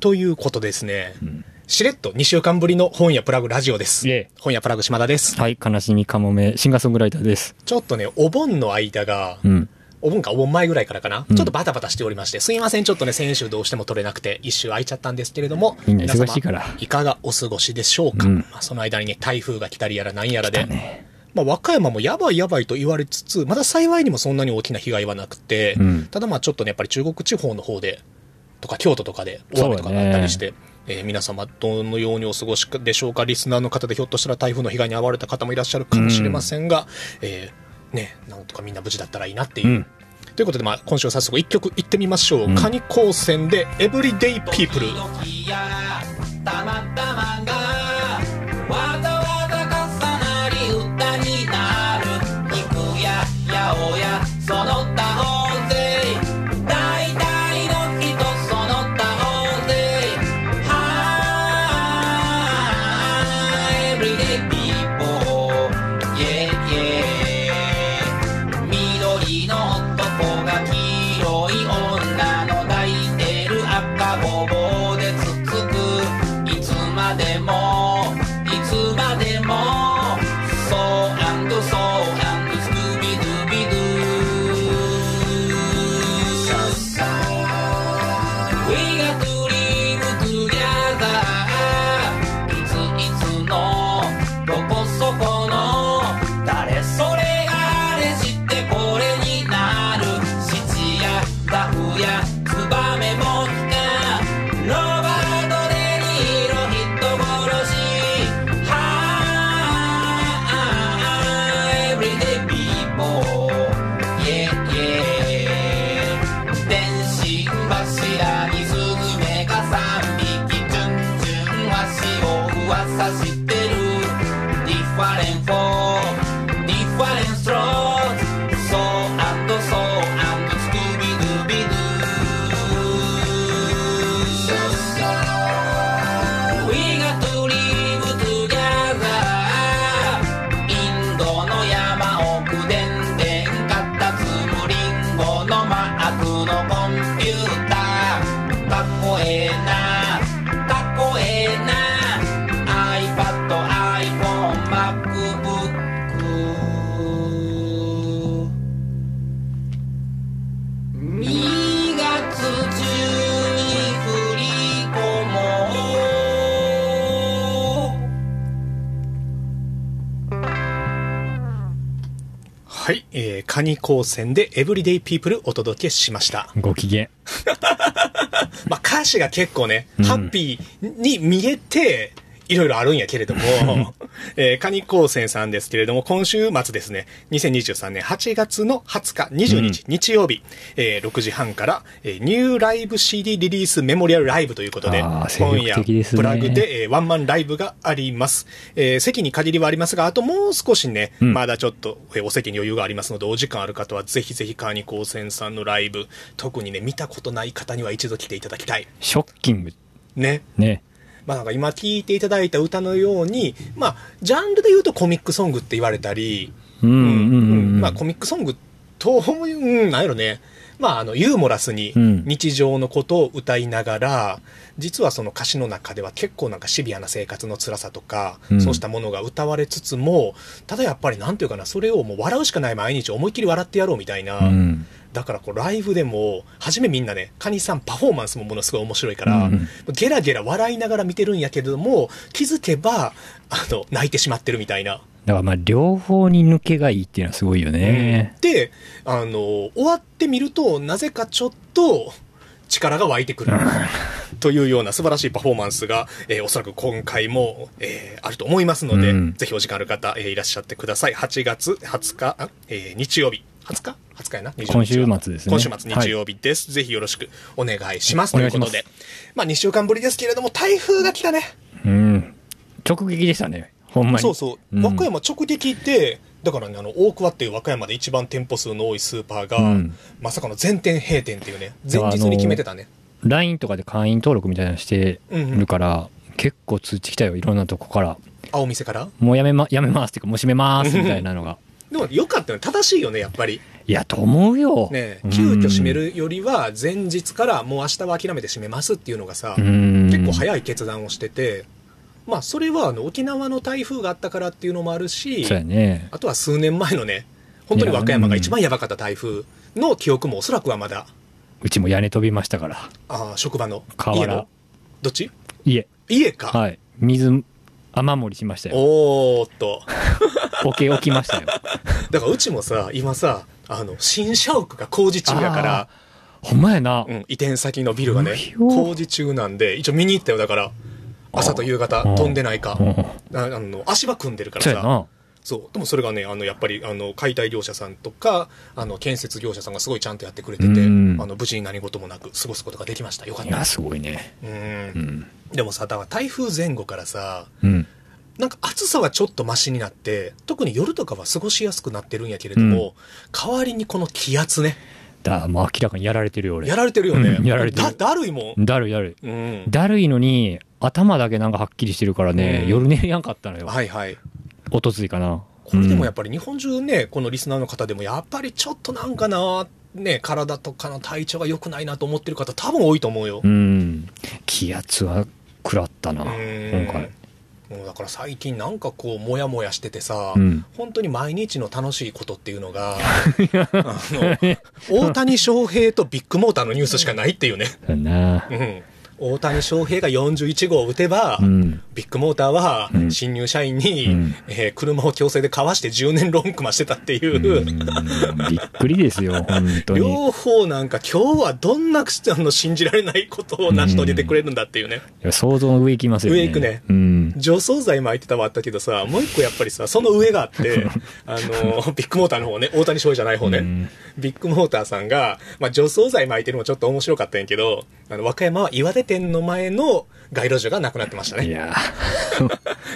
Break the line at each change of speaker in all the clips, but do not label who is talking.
ということですね。
うん
しれっと2週間ぶりの本屋プラグラジオです
イエイ。
本屋プラグ島田です。
はい、悲しみかもめ、シンガーソングライターです。
ちょっとね、お盆の間が、
うん。
お盆かお盆前ぐらいからかな、
うん
ちょっとバタバタしておりまして、すいません、ちょっとね、先週どうしても取れなくて、一周空いちゃったんですけれども、
みんな忙しい
皆様
から
いかがお過ごしでしょうか、
うん
まあその間にね、台風が来たりやらなんやらで、
ね。
まあ、和歌山もやばいやばいと言われつつ、まだ幸いにもそんなに大きな被害はなくて、
うん
ただまあちょっとね、やっぱり中国地方の方で、とか京都とかで大雨とかがあったりして、えー皆様どのようにお過ごしでしょうか、リスナーの方でひょっとしたら台風の被害に遭われた方もいらっしゃるかもしれませんが、えーね、なんとかみんな無事だったらいいなっていう。
うん
ということで、まあ、今週は早速一曲いってみましょう。カニ高専でエブリデイピープル。
時やたまたまがわざわざ重なり歌になる肉や八百やその他大勢大体の人その他大勢はーい Everyday people yeah yeah 緑の男が黄色い女の抱いてる赤ごぼうでつつくいつまでもいつまでも So and so and Scooby Dooby Doo We got to live together いついつのどこそこの誰それがあれしてこれになる七やダフやツバメもがロバート・デ・ニーロ人殺しはー Everyday people yeah yeah 天心柱にスズメが3匹チュンチュン足を噂してる different form, different strokes. So and so and Scooby Dooby Doo. We got to live together. インドの山奥でんでんかたつむりんごのマークのコンピューター。かっこええな、かっこええな。iPad、iPhone、MacBook 2月中に振り込もう
はい、えー、カニ高専でエブリデイピープルお届けしました。
ご機嫌。
まあ、歌詞が結構ね、ハッピーに見えて、いろいろあるんやけれども、えー、カニ高専さんですけれども、今週末ですね、2023年8月の20日、20日、日曜日、えー6時半から、えーニューライブ CD リリースメモリアルライブということで、
あー精力的ですね
プラグで、えーワンマンライブがあります。えー席に限りはありますが、あともう少しね、
ん
まだちょっと、えーお席に余裕がありますので、お時間ある方はぜひぜひカニ高専さんのライブ、特にね、見たことない方には一度来ていただきたい。
ショッキング。
ね。
ね。
まあなんか今聴いていただいた歌のように、まあ、ジャンルで言うとコミックソングって言われたり、
うん
う
うんうん。
まあコミックソングと、うん、なんやろね。まああの、ユーモラスに
うん
日常のことを歌いながら、実はその歌詞の中では結構なんかシビアな生活の辛さとか、
うん
そうしたものが歌われつつも、ただやっぱりなんていうかな、それをもう笑うしかない毎日思いっきり笑ってやろうみたいな、
うん。
だからこうライブでも、はじめみんなね、カニさんパフォーマンスもものすごい面白いから、
うん
ゲラゲラ笑いながら見てるんやけれども、気づけば、あの、泣いてしまってるみたいな。
だからまあ、両方に抜けがいいっていうのはすごいよね。
で、あの、終わってみると、なぜかちょっと、力が湧いてくる。というような素晴らしいパフォーマンスが、えーおそらく今回も、えーあると思いますので、
うん
ぜひお時間ある方、えーいらっしゃってください。8月20日、あえー日曜日。20日 ?20 日やな。20日
今週末ですね
今週末日曜日です。ぜひよろしくお願いします。と
お
い
願
うこ
いしま
と
す
で。まあ2週間ぶりですけれども、台風が来たね。
うん。直撃でしたね。ほんまに。
そうそう、
ん
和歌山直撃で、だからね、あの大桑っていう和歌山で一番店舗数の多いスーパーが、
うん
まさかの全店閉店っていうね、
だ
前
から
日に決めてたね。
LINE とかで会員登録みたいなのしてるから、結構通知来たよ。いろんなとこから。
青店から
もうやめま、やめますっていうか、もう閉めますみたいなのが。
でもよかったね正しいよねやっぱり
いいや、と思うよ。
ね
う、ん
急遽閉め。るよりは、前日からもう明日は諦めて閉めますっていうのがさ、
うん
結構早い決断をしてて、まあ、それはあの沖縄の台風があったからっていうのもあるし、
そうやね。
あとは数年前のね、本当に和歌山が一番やばかった台風の記憶もおそらくはまだ、
うちも屋根飛びましたから。
あー職場の、
瓦
家の、どっち
いえ、
家か。
はい。水、雨漏りしましたよ。
おーっと。
ボケ起きましたよ。
だからうちもさ、今さ、あの、新社屋が工事 中やから、
ほんまやな
う。ん、移転先のビルがね
うひ、ょ
工事中なんで、一応見に行ったよ、だから、朝と夕方、
うん
飛んでないか
う。ん
ああの足場組んでるから
そうや
さ、
な。
そう、でもそれがね、あのやっぱりあの解体業者さんとか、あの建設業者さんがすごいちゃんとやってくれてて、あ
うん
の無事に何事もなく過ごすことができました、よかっ
い
た
や、。すごいね。
う、
うんん。
でもさ、だから台風前後からさ、
うん。
なんか暑さはちょっとマシになって、特に夜とかは過ごしやすくなってるんやけれども、代わりにこの気圧ね、
だ、もう明らかにやられてるよ、俺。
やられてるよね。
うんやられてる
だだるいもん。
だるいだるい。
うん。
だるいのに、頭だけなんかはっきりしてるからね、
うん
夜寝れやんかったのよ。
はいはい。
おとついかな。
これでもやっ
っ
ぱり日本中ね、このリスナーの方でも、やっぱりちょっとなんかな、ね、体とかの体調が良くないなと思ってる方、多分多いと思うよ
う。ん。気圧は食らったな、
う
今
ん
回。
もうだから最近なんかこう、もやもやしててさ、
うん
本当に毎日の楽しいことっていうの が、あの、大谷翔平とビッグモーターのニュースしかないっていうね。
だな。
うん。大谷翔平が41号を打てば、
うん。
ビッグモーターは
うん
新入社員に、
うん
えー車を強制で買わして10年ローン組ましてたっていうう、
んびっくりですよ、本当に。
両方なんか今日はどんなあの信じられないことを成し遂げてくれるんだっていうね、
いや想像の上行きますよね。
上行くね
うん。
除草剤巻いてたはあったけどさもう一個やっぱりさその上があって あのビッグモーターの方ね大谷翔平じゃない方ね、
うん
ビッグモーターさんが、まあ、除草剤巻いてるのもちょっと面白かったんやけどあの和歌山は岩手店の前の街路樹がなくなってましたね
いや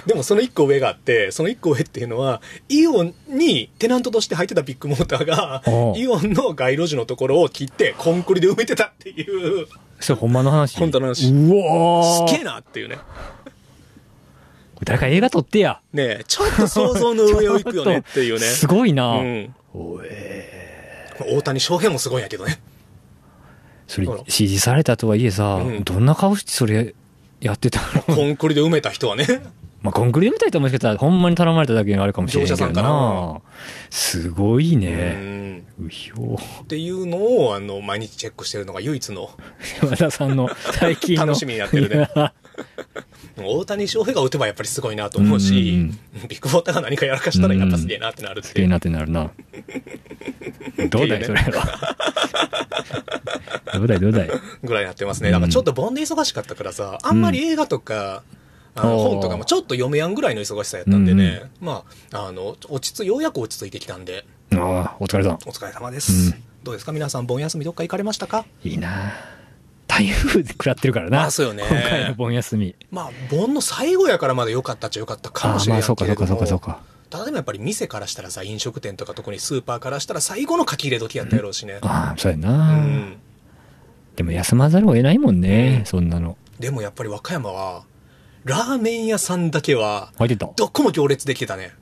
でもその一個上があって、その一個上っていうのは、イオンにテナントとして入ってたビッグモーターが
お、う
イオンの街路樹のところを切って、コンクリで埋めてたっていう、
それほんまの話。
本当の話
うわ
す
ー
げえなっていうね。
誰か映画撮ってや。
ねえ、ちょっと想像の上を行く よねっていうね。
すごいな。
うん。
おえ
大谷翔平もすごいんやけどね。
それ
ほら、
指示されたとはいえさ、
うん
どんな顔してそれやってたの
コンクリで埋めた人はね。
まあ、コンクリートみたいともしかしたら、ほんまに頼まれただけのあるかもしれない
業
けど
者さんか
な
な。
すごいうね。
ん。
うひょ
っていうのを、あの、毎日チェックしてるのが唯一の、
山田さんの最近の。
楽しみになってるね
いや
大谷翔平が打てばやっぱりすごいなと思うし、
うん
ビッグモーターが何かやらかしたらやっぱすげえなってなるって
す
いう
げえなってなるな。どうだ
っ
い、
てい
そうれ
ね
は。どうだい、どうだい。
ぐらいやってますね。だからちょっと盆で忙しかったからさ、あんまり映画とか、あの
おー
本とかもちょっと読めやんぐらいの忙しさやったんでね、まあ、あの、落ち着、ようやく落ち着いてきたんで、
ああ、お疲れさん。
お疲れ様です。
うん
どうですか皆さん、盆休みどっか行かれましたか
いいな台風で食らってるからな。
あそうよね
今回の盆休み。
まあ、盆の最後やからまだ良かったっちゃ良かったか
あ
も
あ、
しれ
ま
な
あ、
い
そう
け
か、
れ
そう
ども
か、そうか、そうか。
ただでもやっぱり店からしたらさ、飲食店とか特にスーパーからしたら最後の書き入れ時やったやろうしね。
ああ、そうや
う
な、
ん。
でも休まざるを得ないもんね、
うん
そんなの。
でもやっぱり和歌山は、ラーメン屋さんだけは、
入ってた
どこも行列できてたね。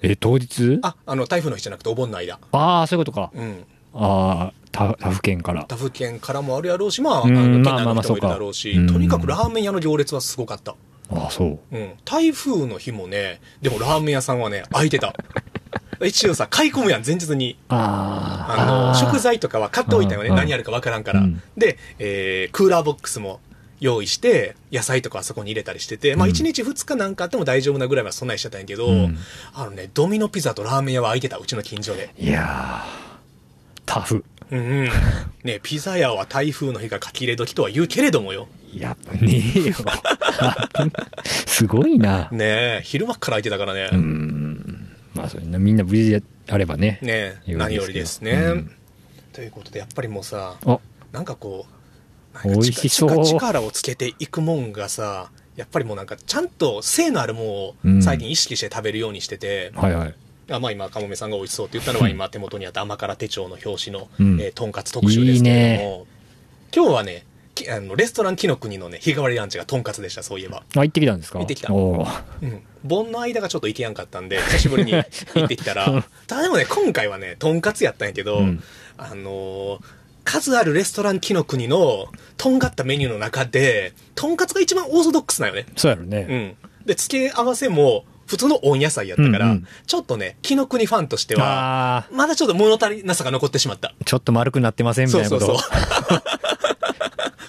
え、当日あ
あ、あの、台風の日じゃなくてお盆の間。
あー、そういうことか。
うん。
ああ、他他府県から。
他府県からもあるやろうし、まあ、あ
うん
の県
まあ
内
まあま
の
あ
人もいるだろうし、
そうか
とにかく
うん
ラーメン屋の行列はすごかった。
ああ、そう。
うん。台風の日もね、でもラーメン屋さんはね、空いてた。 一応さ、買い込むやん、前日に。
あ
あの、
あー
食材とかは買っておいたよね。
うん
何あるかわからんから
うん。
で、えークーラーボックスも用意して、野菜とかはそこに入れたりしてて、まあ
うん
1日2日なんかあっても大丈夫なぐらいはそんなにしてたんやけど、
うん
あのね、ドミノピザとラーメン屋は空いてた、うちの近所 で。
いやー、タフ。
うんうん。ね、ピザ屋は台風の日が書き入れ時とは言うけれどもよ。
やっぱねえよ。すごいな。
ねえ、昼間から空いてたからね。
うん。まあ、それなみんな無事であればね。
ねえ、
より
何
ですけど
よりですね。
うん
ということで、やっぱりもうさ、
あ、
なんかこう、なんか
美味しそう
力力をつけていくもんがさ、やっぱりもうなんか、ちゃんと性のあるもんを
うん
最近意識して食べるようにしてて、
はいはい。
あまあ今、かもめさんが美味しそうって言ったのは、今手元にあった甘辛手帳の表紙の、
うん
えーとんかつ特集ですけれども、今日はね、きあのレストラン紀の国のね、日替わりランチがとんかつでした、そういえば。
あ、行ってきたんですか
行ってきた
おー
うん。盆の間がちょっと行けやんかったんで、久しぶりに行ってきた ら、ただでもね、今回はね、とんかつやったんやけど、
うん
あのー数あるレストラン紀の国の、とんがったメニューの中で、とんかつが一番オーソドックスなよね。
そうやろ
う
ね。
ん。で、付け合わせも、普通の温野菜やったから、
うんうん
ちょっとね、紀の国ファンとしては、
ああ
まだちょっと物足りなさが残ってしまった。
ー、ちょっと丸くなってませんみたいなこと。
そうそうそう。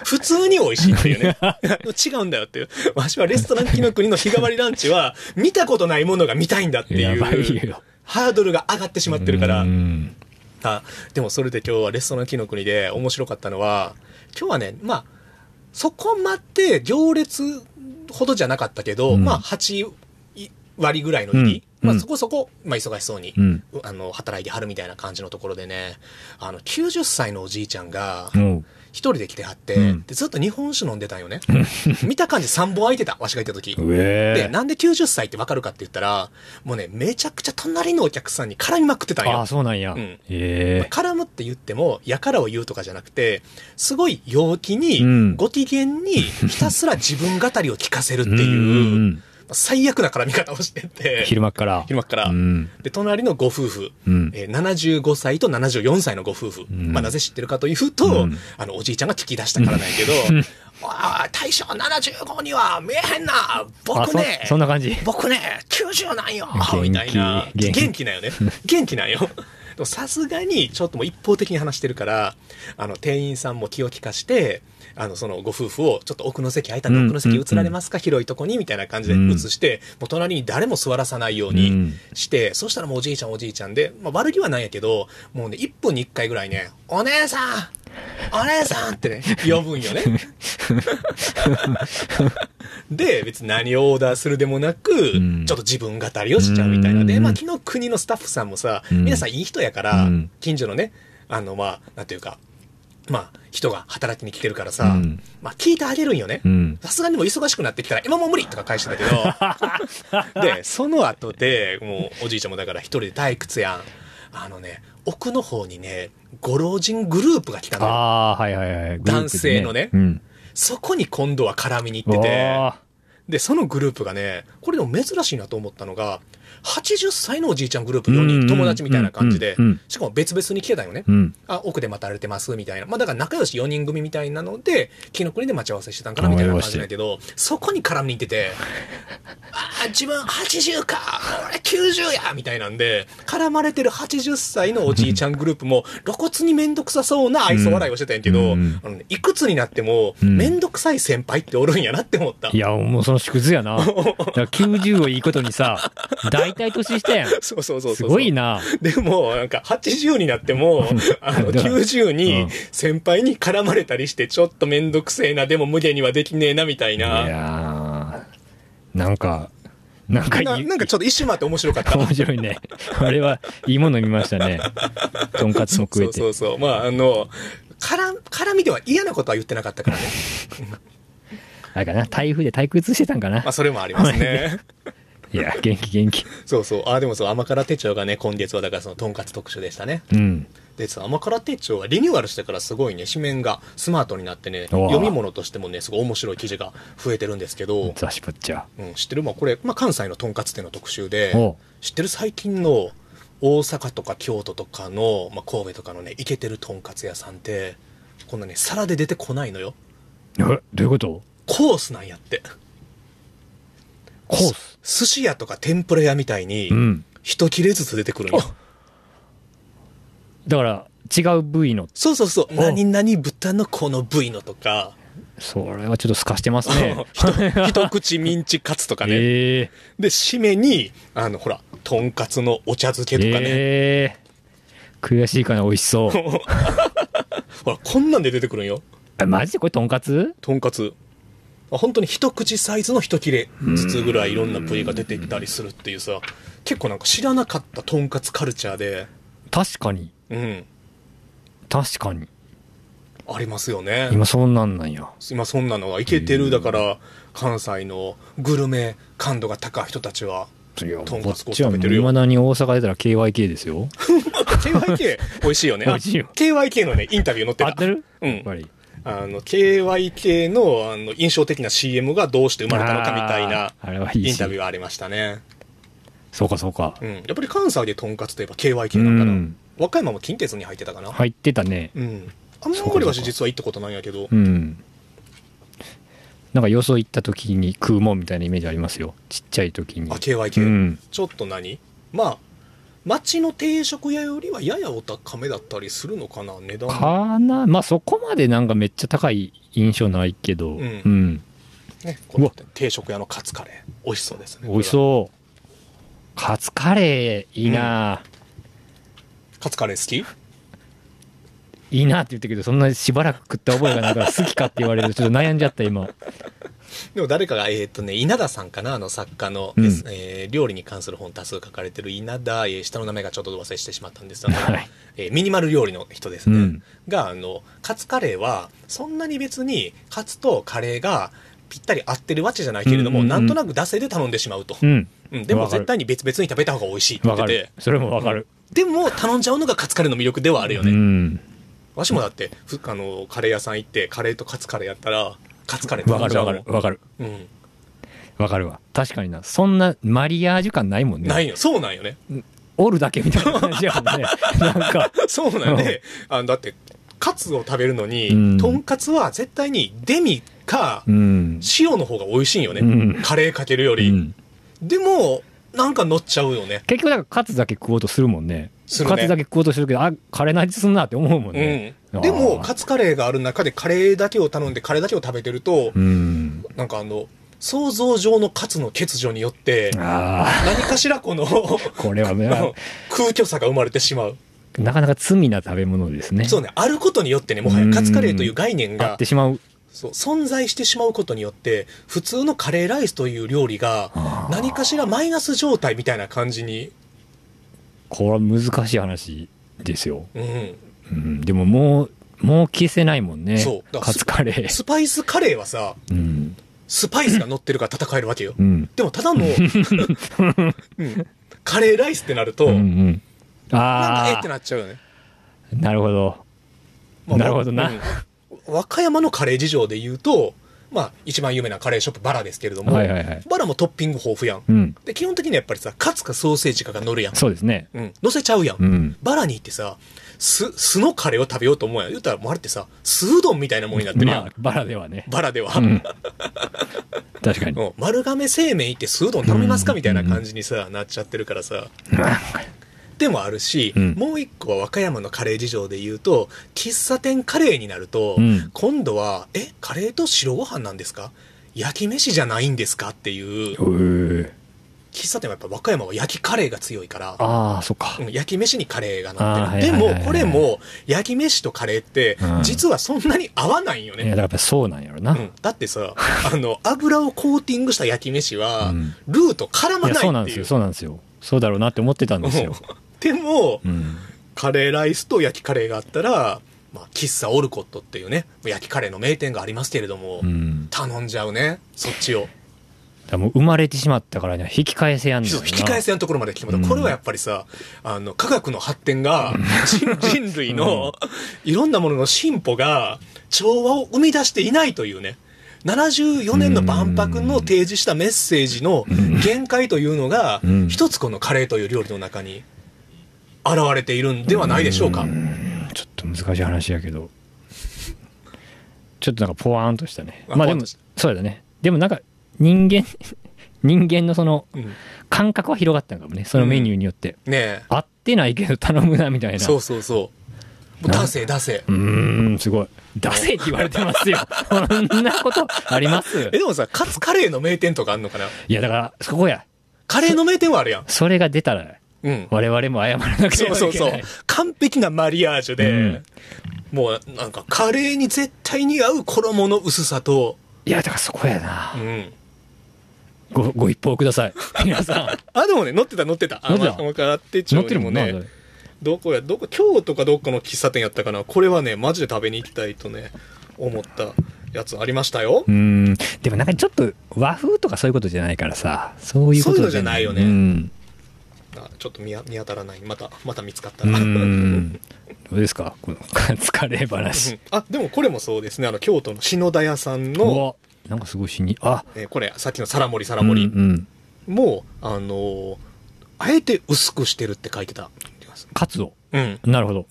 普通に美味しいっていうね。違うんだよっていう。わしはレストラン紀の国の日替わりランチは、見たことないものが見たいんだってい
やばいうよ。
ハードルが上がってしまってるから
う。ん
あでもそれで今日はレストラン紀の国で面白かったのは、今日はね、まあ、そこまで行列ほどじゃなかったけど、
うん
まあ8割ぐらいの入り、
うん
ま
う
あ
ん
そこそこ、まあ忙しそうに
うん。
あの、働いてはるみたいな感じのところでね、あの、90歳のおじいちゃんが、
もう、
一人で来てはって、
うん
でずっと日本酒飲んでたんよね。見た感じ3本空いてた、わしがいた時。
う
で、
えー
なんで90歳ってわかるかって言ったら、もうね、めちゃくちゃ隣のお客さんに絡みまくってたん
あ
よ
あ、。そうなんや。
うん
ええ
絡むって言っても、やからを言うとかじゃなくて、すごい陽気に、
うん
ご機嫌 に、ひたすら自分語りを聞かせるって
んん
いう、
ん
最悪な絡み方をしてて、
昼間から。
昼間から。
うん。
で、隣のご夫婦、
うん
えー75歳と74歳のご夫婦、
ん
まあ、なぜ知ってるかというと、
うん
あの、おじいちゃんが聞き出したからなんやけど、 ああ、大将75には見えへんな
あ、
僕
そ
ね、
そんな感じ。
僕ね、90なんよ
元気
みたいな。
元
元
気
気なん よね。元気なんよ。でもさすがに、ちょっともう一方的に話してるから、あの、店員さんも気を利かして、あの、そのご夫婦を、ちょっと奥の席、空いたの
うん
奥の席移られますか、広いとこにみたいな感じで
うん
移して、もう隣に誰も座らさないよう
う
に
ん
して、そしたらもうおじいちゃんおじいちゃんで、まあ悪気はないんやけど、もうね、1分に1回ぐらいね、お姉さんお姉さんってね、呼ぶん よね。で、別に何をオーダーするでもなく、
ん
ちょっと自分語りをしちゃうみたいな。
う
で、
ん
まあ、昨日国のスタッフさんもさ、
うん
皆さんいい人やから、
うん
近所のね、あの、まあ、なんていうか、まあ、人が働きに来てるからさ、
うん
まあ、聞いてあげるんよね
う。ん。
さすがにもう忙しくなってきたら、今もう無理とか返してたけ ど、で、その後で、もうおじいちゃんもだから一人で退屈やん。あのね、奥の方にね、ご老人グループが来たのよ。
ああー、はいはいはい。グループで
男性のね
うん。
そこに今度は絡みに行ってて、
わあ
で、そのグループがね、これでも珍しいなと思ったのが、80歳のおじいちゃんグループ4
うんうん
人、友達みたいな感じで
うんうんうん、
しかも別々に来てたよね。
うん。
あ、奥で待たれてます、みたいな。まあだから仲良し4人組みたいなので、紀の国で待ち合わせしてたんかな、みたいな感じだけど、そこに絡みに行ってて、あー、自分80か、俺90や、みたいなんで、絡まれてる80歳のおじいちゃんグループも、露骨にめんどくさそうな愛想笑いをしてたんやけど、
うんうん
あのねいくつになっても、
うん
めんどくさい先輩っておるんやなって思った
い。や、もうその縮図やな。だから90をいいことにさ、大体年下やん。
そうそうそうそう。
すごい。な。
でも、なんか、80になっても、あの、
だから
90
う
に
ん
先輩に絡まれたりして、ちょっとめんどくせえな、でも無限にはできねえな、みたい
い
な。
やーなんか、なんかいい
ななんかちょっと一周回って面白か った。
面白い ね。あれは、いいもの見ましたね。とんかつも食えて。
そうそうそう。まあ、あの、から、絡みでは嫌なことは言ってなかったからね。
あれかな、台風で退屈してたんかな
まあ、。それもありますね。
いや、元気元気。
そうそう。あ、でもそう、甘辛手帳がね、今月はだからその、とんかつ特集でしたね。
うん。
でさ、甘辛手帳はリニューアルしてからすごいね、紙面がスマートになってね、
うわ
読み物としてもね、すごい面白い記事が増えてるんですけど、
雑誌ぽっちゃ。
うん、知ってるまあこれ、まあ、関西のとんかつ店の特集で
おう、
知ってる最近の大阪とか京都とかの、まあ、神戸とかのね、イケてるとんかつ屋さんって、こんなね、皿で出てこないのよ。
え、どういうこと
コースなんやって。
コース。
寿司屋とか天ぷら屋みたいに
う、ん。
一切れずつ出てくるんよ。
だから、違う部位の、
そうそうそう。
う
何々豚のこの部位のとか、。
それはちょっと透かしてますね
一一口ミンチカツとかね。
ええ
で、締めに、あの、ほら、とんかつのお茶漬けとかね。
ええ悔しいかな、美味しそう。
ほら、こんなんで出てくるんよ。
えマジでこれとんかつ
とんかつ。あ本当に一口サイズの一切れずつぐらいいろんな部位が出てきたりするっていうさ、結構なんか知らなかったとんかつカルチャーで、
確かに。
うん、
確かに。
ありますよね。
今そんなんなんや。
今そんなのがいけてる、だから、関西のグルメ感度が高い人たちは、
いや、
とん
こ
か
っ
つこう
ちは
食べてるよ
未だに大阪出たら KYK ですよ。
KYK 美味しいよね。
美味しいよ
KYK のね、インタビュー載ってた。
合ってる
うん
やっぱり。
あの、KYK のあの印象的な CM がどうして生まれたのかみたいな
あーあれはいいし
インタビューはありましたね。
そうかそうか
うん。やっぱり関西でとんかつといえば KYK だから、
うん
和歌山も近鉄に入ってたかな。
入ってたね
うん。あん
そう
ま
か
りわ
そ
し
うか
実は行ったことないんやけど
う、んなんかよそ行った時に食うもんみたいなイメージありますよちっちゃい時に
あ、
う
KYK。
ん
ちょっと何まあ、町の定食屋よりはややお高めだったりするのかな、値段も
かなまあそこまでなんかめっちゃ高い印象ないけど
う
うんん、
ね、こ
うわ
の定食屋のカツカレー、美味しそうですね。
美味しそうカツカレーいいな、
う。カツカレー好き
いいなって言ったけどそんなしばらく食った覚えがないから好きかって言われるとちょっと悩んじゃった今
でも誰かが、えーっ、とね、稲田さんかな、あの作家の、
うん
ですえー料理に関する本多数書かれてる稲田、えー下の名前がちょっと忘れしてしまったんですが、
はい
えーミニマル料理の人ですね。
うん
が、あの、カツカレーは、そんなに別に、カツとカレーがぴったり合ってるわけじゃないけれども、
うんうんうん
なんとなく惰性で頼んでしまうと。
うん
うん、でも
わかる
絶対に別々に食べた方が美味しいって言
わ
って
かる
て、
それもわかる、
でも頼んじゃうのがカツカレーの魅力ではあるよ
う
ね。
ん
わしもだって、ふあの、カレー屋さん行って、カレーとカツカレーやったら、カツカレー頼
わか
ん
る
じゃ
わ
うも
か
ん
るわかる
うん。
わかるわ確かになそんなマリアージュ感ないもんね
ないよ。そうなんよね。
おるだけみたいな感じやもんねなんか
そうなんで、あのだって、カツを食べるのに、
うん
とんかつは絶対にデミか
うん、
塩の方が美味しいんよね。
うん
カレーかけるよ
う
り。
ん、
でも、なんか乗っちゃうよね。
結局だからカツだけ食おうとするもんね
するね
カツだけ食おうとしてるけどあカレーの味すんなって思うもんね、
うん。でも、
あー
カツカレーがある中でカレーだけを頼んで、カレーだけを食べてると、
うん
なんかあの、想像上のカツの欠如によって、
あ
何かしら この、
あこれはね
空虚さが生まれてしまう。
なかなか罪な食べ物ですね
そうね、あることによってね、もはやカツカレーという概念
あっ
が
て、しまう
そう存在してしまうことによって、普通のカレーライスという料理が、何かしらマイナス状態みたいな感じに、
これは難しい話ですよ、
うん。
うん、でももうもう消せないもんね
そうだから
カツカレー
スパイスカレーはさ、
うん
スパイスが乗ってるから戦えるわけよ
う。ん
でもただの、うんカレーライスってなると、
うんう
なん
ん
かえ
あ
ってなっちゃうよね。
あなるほど
まあ
なるほどな。
うん和歌山のカレー事情で言うと、まあ、一番有名なカレーショップバラですけれども、
はいはいはい
バラもトッピング豊富やん。
うん
で、基本的にはやっぱりさ、カツかソーセージかが乗るやん。
そうですね
うん。乗せちゃうやん。
うん
バラに行ってさ、酢、酢のカレーを食べようと思うやん。言うたら、もうあれってさ、酢うどんみたいなもんになってるやん。
まあバラではね
バラでは。
うん確かに
うん丸亀製麺行って酢うどん頼みますかみたいな感じにさ、なっちゃってるからさ。でもあるし、
うん
もう一個は和歌山のカレー事情で言うと、喫茶店カレーになると、
うん
今度は、え、カレーと白ご飯なんですか焼き飯じゃないんですかっていう、
うー
喫茶店はやっぱ和歌山は焼きカレーが強いから、
ああそっか
うん焼き飯にカレーがなって
あー
る。で
はいはいは
も
いは、い
これも、焼き飯とカレーって
う、ん
実はそんなに合わないんよ
いやだ
ね。
からやっぱそうなんやろな、
うん、だって さ、あの、油をコーティングした焼き飯は
うん、
ルーと絡ま
いやそうな
なんいって
です
いう
よ。そうなんですよそうだろうなって思ってたんですよ、
でも
う、ん、
カレーライスと焼きカレーがあったら、まあ、喫茶オルコットっていうね、焼きカレーの名店がありますけれども
う、ん、だか
頼んじゃうね、そっちを。
らもう生まれてしまったからには引き返せやんねん
ちょ
な
っと引き返せのところまで来てもらった。これはやっぱりさ、あの、科学の発展が、人人類の、いろんなものの進歩が、調和を生み出していないというね、74年の万博の提示したメッセージの限界というのが
うん、
一つこのカレーという料理の中に、現れているんではないでしょうか。
ちょっと難しい話やけどちょっとなんかポワーンとしたね
あ
まあ
ポワー
で
ン
も
とし
そうだねでもなんか人間 人間のその
うん
感覚は広がったのかもねそのメニューによって、
ね
合ってないけど頼むなみたい
え。
な
そうそうそう。もう出せ出せ。
うーんすごい出せって言われてますよそんなことあります
え、でもさ、カツカレーの名店とかあんのかない
やだからそこや
カレーの名店はあるやん。
それが出たら
うん。
我々も謝らなくて
そう
はいけ
そ
ない
うそう。完璧なマリアージュで、もうなんかカレーに絶対に合う衣の薄さと、
いやだからそこや
う。
なんごご一報ください皆さ
あ、でもね、乗ってた乗ってた。あ
乗ってた
まあかって
ん
ち
乗
ょ
ってるもんね
ね。どこや、どこ、京都かどっかの喫茶店やったかな。これはね、マジで食べに行きたいとね、思ったやつありましたよ
う。んでもなんかちょっと和風とかそういうことじゃないからさそういうこ
そ
と
ういうのじゃないよね
うん
あちょっと見や見当たらない。また、また見つかった
う
ら。
ん。どうですかこの疲れ話。
あ、でもこれもそうですね。あの、京都の篠田屋さん
う
の、
わ、なんかすごい死に、あ、
えーこれ、さっきの皿盛り皿盛
うん
り
うん。
も、あのーあえて薄くしてるって書いてた。
カツオ。
うん。
なるほど。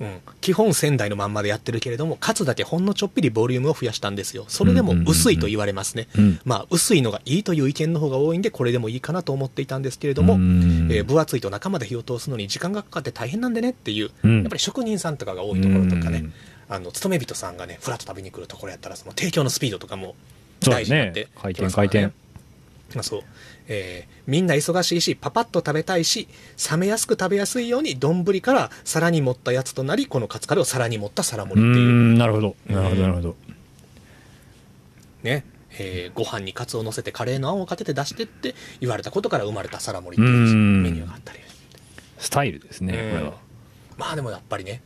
うん。基本仙台のまんまでやってるけれども、カツだけほんのちょっぴりボリュームを増やしたんですよ。それでも薄いと言われますね。
うん。
まあ、薄いのがいいという意見の方が多いんで、これでもいいかなと思っていたんですけれども、
うん
えー分厚いと中まで火を通すのに時間がかかって大変なんでねっていう、
うん
やっぱり職人さんとかが多いところとかね、
うん
あの勤め人さんがね、ふらっと食べに来るところやったら、その提供のスピードとかも
そう
大
で
事
す
になっ
ね
て。
回
きま
転
すか
回
ら
転。
まあそうえーみんな忙しいし、パパッと食べたいし、冷めやすく食べやすいように、丼から皿に盛ったやつとなり、このカツカレーを皿に盛った皿
う
盛りっていう、
ん、なるほど。なるほど、なるほど。
ねえーご飯にカツを乗せて、カレーのあんをかけて出してって言われたことから生まれた皿盛りっていう
うん
メニューがあったり、
スタイルですね、
うん
これは。
まあでもやっぱりね、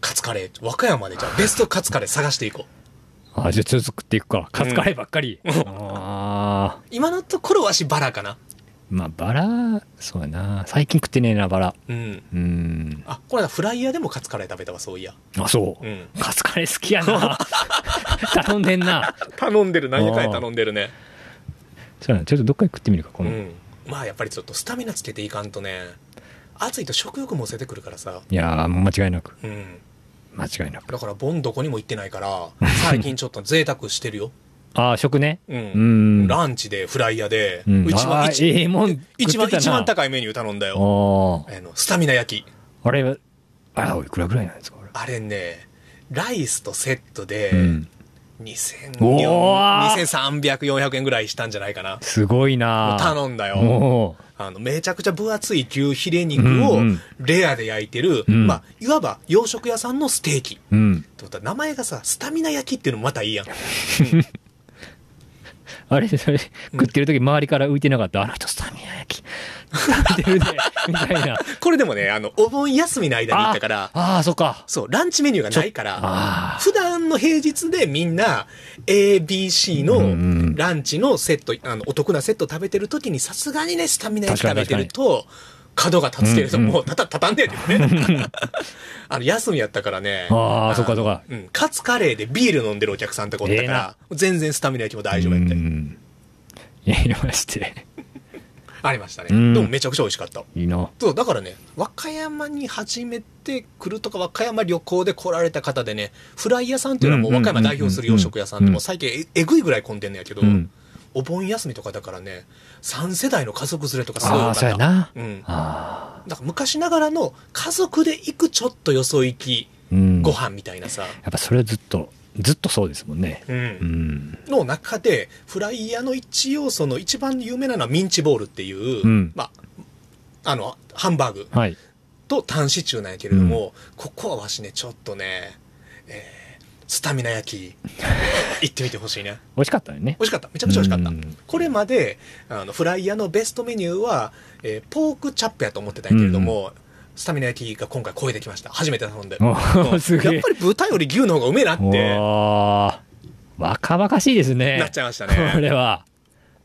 カツカレー、和歌山でじゃあ、ベストカツカレー探していこう。
あ、じゃあちょっと作っていくか。カツカレーばっかり。ああ。
今のところわしバラかな。
まあ、バラ、そうやな。最近食ってねえな、バラ。
うん。
うん。
あ、これだ、フライヤーでもカツカレー食べたわ、そういや。
あ、そう。
うん。
カツカレー好き やな。頼んでんな。
頼んでる、
何やかんや
頼
頼
んでるね。
そうやな。ちょっとどっかで食ってみるか、こ
う
の。
ん。まあやっぱりちょっとスタミナつけていかんとね、暑いと食欲もせてくるからさ。
いやー、もう間違いなく。
うん。
間違いなく。
だから、ボンどこにも行ってない から、最近ちょっと贅沢してるよ。
あー、食ね。
う。
うんん。
ランチでフライヤーで、
うん
一
あ
番、
ー
一
ええもん食ってたな
一番、一番高いメニュー頼んだよ。
あ
あの、スタミナ焼き。
あ。あれは、あれ、いくらぐらいなんですか、これ。
あれね、ライスとセットで、
うん。
2000
おー
2300、400円ぐらいしたんじゃないかな。
すごいな
頼んだよ。
おー
あの、めちゃくちゃ分厚い牛ヒレ肉を
うんうん
レアで焼いてる、
うん
まあ、いわば洋食屋さんのステーキ。
うん。
ってことは名前がさ、スタミナ焼きっていうのもまたいいやん。
あれ、それ、食ってる時周りから浮いてなかった。あの人、スタミナ焼き、食べてるね、みたいな。
こ れでもね、あの、お盆休みの間に行ったから、
ああ、そっか。
そう、ランチメニューがないから
あ、
普段の平日でみんな ABC
うん
の
うん
ランチのセット、あの、お得なセット食べてる時にさすがにね、スタミナ焼き食べ
確
て
かに
ると、角が立つけれど
うん
も、たた、たたんでるよ ね。あの、休みやったからね。
あーそっかそっか
うん。カツカレーでビール飲んでるお客さんとかおった
ええ
から
な、
全然スタミナ焼きも大丈夫やっ
う
て。
ん。やりまして。
ありましたね。
うん
でもめちゃくちゃ美味しかった。
いいな。
そう、だからね、和歌山に初めて来るとか、和歌山旅行で来られた方でね、フライ屋さんっていうのはもう和歌山代表する洋食屋さんで
うんうんうん
もう
う
ん最近ええぐいぐらい混んでんのやけど、
うん
お盆休みとかだからね、3世代の家族連れとかすごい多かっ
ああ、
た。
そうやな。
うん。
ああ。
だから昔ながらの家族で行くちょっとよそ行き
うん。
ご
や
飯みたいなさ、
っぱそれはずっと、ずっとそうですもんね。
うん
うん。
の中で、フライヤーの一要素の一番有名なのはミンチボールっていう、
うん
まあ、あの、ハンバーグ。
はい。
とタンシチューなんやけれども、ここはわしね、ちょっとね、えースタミナ焼き、行ってみてほしいね。
美味しかったよね
美。味しかった。めちゃくちゃ美味しか
う
った
ん。
これまで、あの、フライヤーのベストメニューは、えーポークチャップやと思ってたんやけれども、スタミナ焼きが今回超えてきました。初めて頼んで。
お
うん
ーすげえ。
やっぱり豚より牛の方がうめえなっ
お
て、
ー若々しいですね。
なっちゃいました
こ
ね。
れは。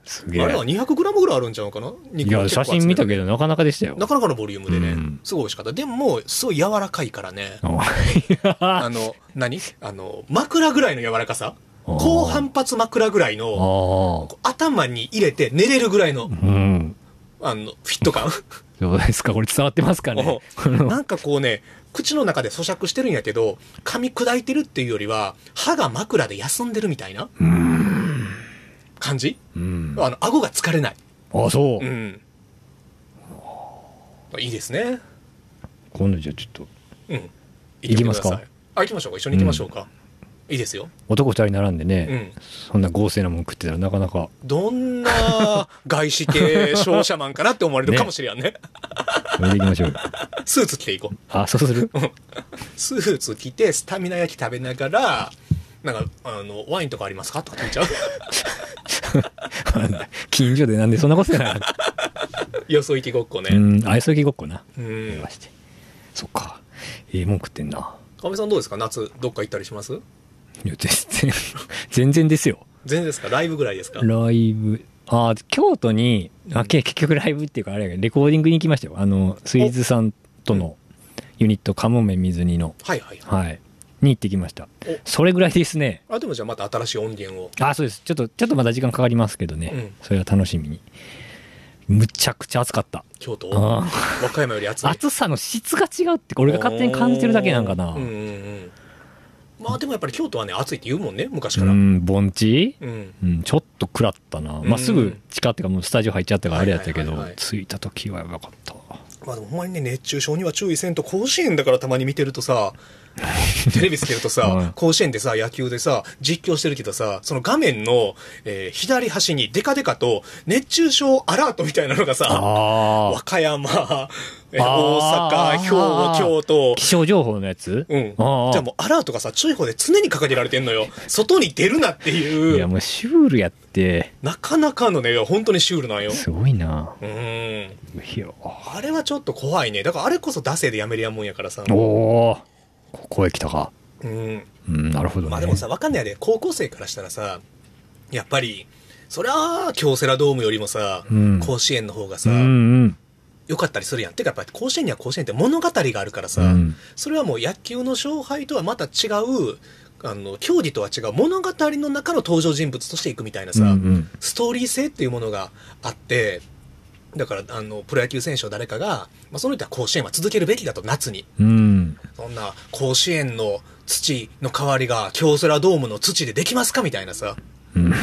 す
あ
げえ
れ。は 200g ぐらいあるんちゃうかない
や、写真見た
ど。
けど、なかなかでしたよ。
なかなかのボリュームでね、
うん
すごい美味しかった。でも、すごい柔らかいからね。
おー
あの、何あの、枕ぐらいの柔らかさ
あー
高反発枕ぐらいの、
あ
こう頭に入れて寝れるぐらいの、
あ。うん。
あの、フィット感。
どうですかこれ伝わってます かね
なんかこうね、口の中で咀嚼してるんやけど、噛み砕いてるっていうよりは、歯が枕で休んでるみたいな感じ
うん。
あの、顎が疲れない。
あ、そう
う。ん。いいですね。
今度じゃあちょっと、
うん。
行きますか
行ってみてくださいあ、行きましょうか。一緒に行きましょうか。いいですよ。
男二人並んで
う
ね、
ん。
そんな豪勢なもん食ってたらなかなか、
どんな外資系商社マンかなって思わ れるかもしれんね。
それでいきましょうよ。
スーツ着ていこう。
あ、そうする
スーツ着て、スタミナ焼き食べながら、なんか、あの、ワインとかありますかとか聞いちゃう。
近所でなんでそんなことやな。
よそ行きごっこ
う
ね。
ん、愛想ぎごっこな。
うん
ま。して。そっか。ええもん食ってんな。
かみさんどうですか夏、どっか行ったりします
いや、全然、全然ですよ。
全然ですかライブぐらいですか
ライブ、あー京都に、あけ結局ライブっていうかあれやけどレコーディングに行きましたよあのスイーズさんとのユニット「かもめ水煮」の
はいはい。
はいに行ってきました
お
それぐらいですね
あ、でもじゃあまた新しい音源を。
あそうですちょっとちょっとまだ時間かかりますけどね、
うん
それは楽しみにむちゃくちゃ暑かった
京都
あ
和歌山より暑い。
暑さの質が違うって俺が勝手に感じてるだけなんか
う
な
んうんうん。まあでもやっぱり京都はね、暑いって言うもんね、昔
う
から。
ん盆地
うん。
うん、ちょっと食らったな、
う
ま
ん
あ、すぐ地下っていうかもうスタジオ入っちゃったからあれやったけ
は
ど、
いはいはいはい
着いた時はやばかったわ
まあでもほんまにね、熱中症には注意せんと、甲子園だからたまに見てると さ、テレビつけると
は
さ
い、
甲子園でさ、野球でさ、実況してるけどさ、その画面の、えー左端にデカデカと、熱中症アラートみたいなのがさ、和
あ
歌山、えー
あ
大
ー
阪、兵庫、京都、
気象情報のやつ
うん。
ああ
じゃあもうアラートがさ、注意報で常に掲げられてんのよ。外に出るなって
い
い
や
う、
もうシュールやって
なかなかのね、本当にシュールなんよ。
すごいな
うん。
いやお
あれはちょっと怖いね。だからあれこそ出せでやめるやんもんやからさ。
おここへ来たか
うん。
うんなるほどね、
まあでもさ、わかんないやで、高校生からしたらさ、やっぱり、そりゃあ、京セラドームよりもさ、
うん
甲子園の方が
う
さ、
んうん
良かったりするやん。てかやっぱり甲子園には甲子園って物語があるからさ、
うん
それはもう野球の勝敗とはまた違う、あの、競技とは違う物語の中の登場人物としていくみたいなさ、
うんうん
ストーリー性っていうものがあって、だから、あの、プロ野球選手の誰かが、まあ、その人は甲子園は続けるべきだと、夏に。
うん
そんな、甲子園の土の代わりが、京セラドームの土でできますかみたいなさ。
うん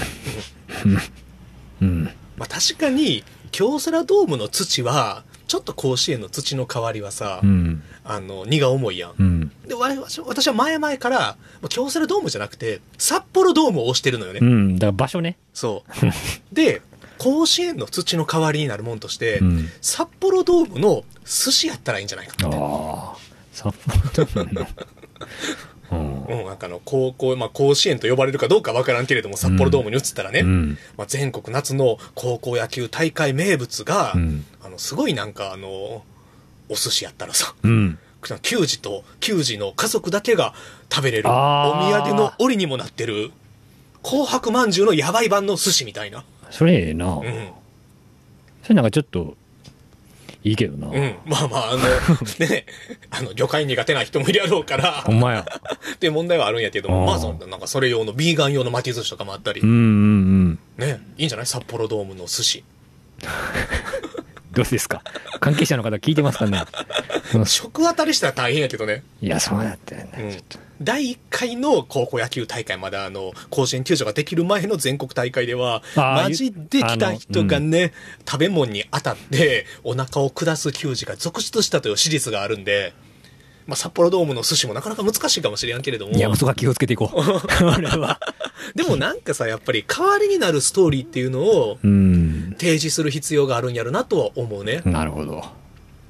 うん
まあ、確かに、京セラドームの土は、ちょっと甲子園の土の代わりはさ、
うん
あの、荷が重いやん。
うん
で、わ私は前々から、まあ京セラドームじゃなくて、札幌ドームを推してるのよね。
うんだから場所ね
そう。で、甲子園の土の代わりになるもんとして、
うん
札幌ドームの寿司やったらいいんじゃないかって。
ああ札幌ドームのうん
うん、なんかあの、高校、まあ、甲子園と呼ばれるかどうかわからんけれども、札幌ドームに移ったらね、
うん
まあ、全国夏の高校野球大会名物が、
うん
あの、すごいなんかあの、お寿司やったらさ、
うん
球児と球児の家族だけが食べれる、お
あー
土産の折にもなってる、紅白饅頭のやばい版の寿司みたいな。
それええな、
うん。
それなんかちょっといいけどな、
うん。まあま あ、あの、ね、あの、魚介苦手な人もいるやろうから
ほ、んまや
っていう問題はあるんやけども、
あー
まあその、なんかそれ用の、ビーガン用の巻き寿司とかもあったり
うん、うんうん
ね、いいんじゃない札幌ドームの寿司。
どうですか関係者の方聞いてますかねこの
食当たりしたら大変やけどね。
いやそうだったよ
う
ね、
ん。第1回の高校野球大会まであの、甲子園球場ができる前の全国大会では、
あー
マジで来た人がね、食べ物に当たって、お腹を下す球児が続出したという史実があるんで、まあ、札幌ドームの寿司もなかなか難しいかもしれんけれども。
いやもうそこは気をつけていこう俺は
でもなんかさ、やっぱり代わりになるストーリーっていうのを
うん
提示する必要があるんやろなとは思うね。
なるほど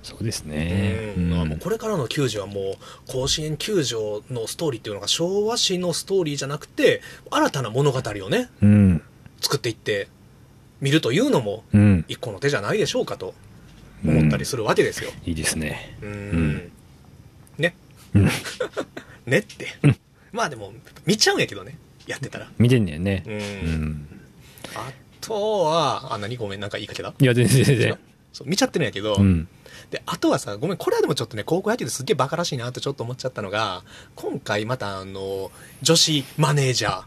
そうですね
うん
うん
まあもうこれからの球児はもう甲子園球場のストーリーっていうのが昭和史のストーリーじゃなくて新たな物語をね
うん
作っていって見るというのも
うん
一個の手じゃないでしょうかと思ったりするわけですよ。
いいですね
うん
ん
ね。
うん
ねって。まあでも見ちゃうんやけどねやってたら。
見てんねんね
うん
うん
あとはあ何ごめんなんか言いかけた
いや全然全然
そう見ちゃってるんやけど、
うん
で、あとはさ、ごめん、これはでもちょっとね、高校野球ですっげえバカらしいなとちょっと思っちゃったのが、今回またあの、女子マネージャ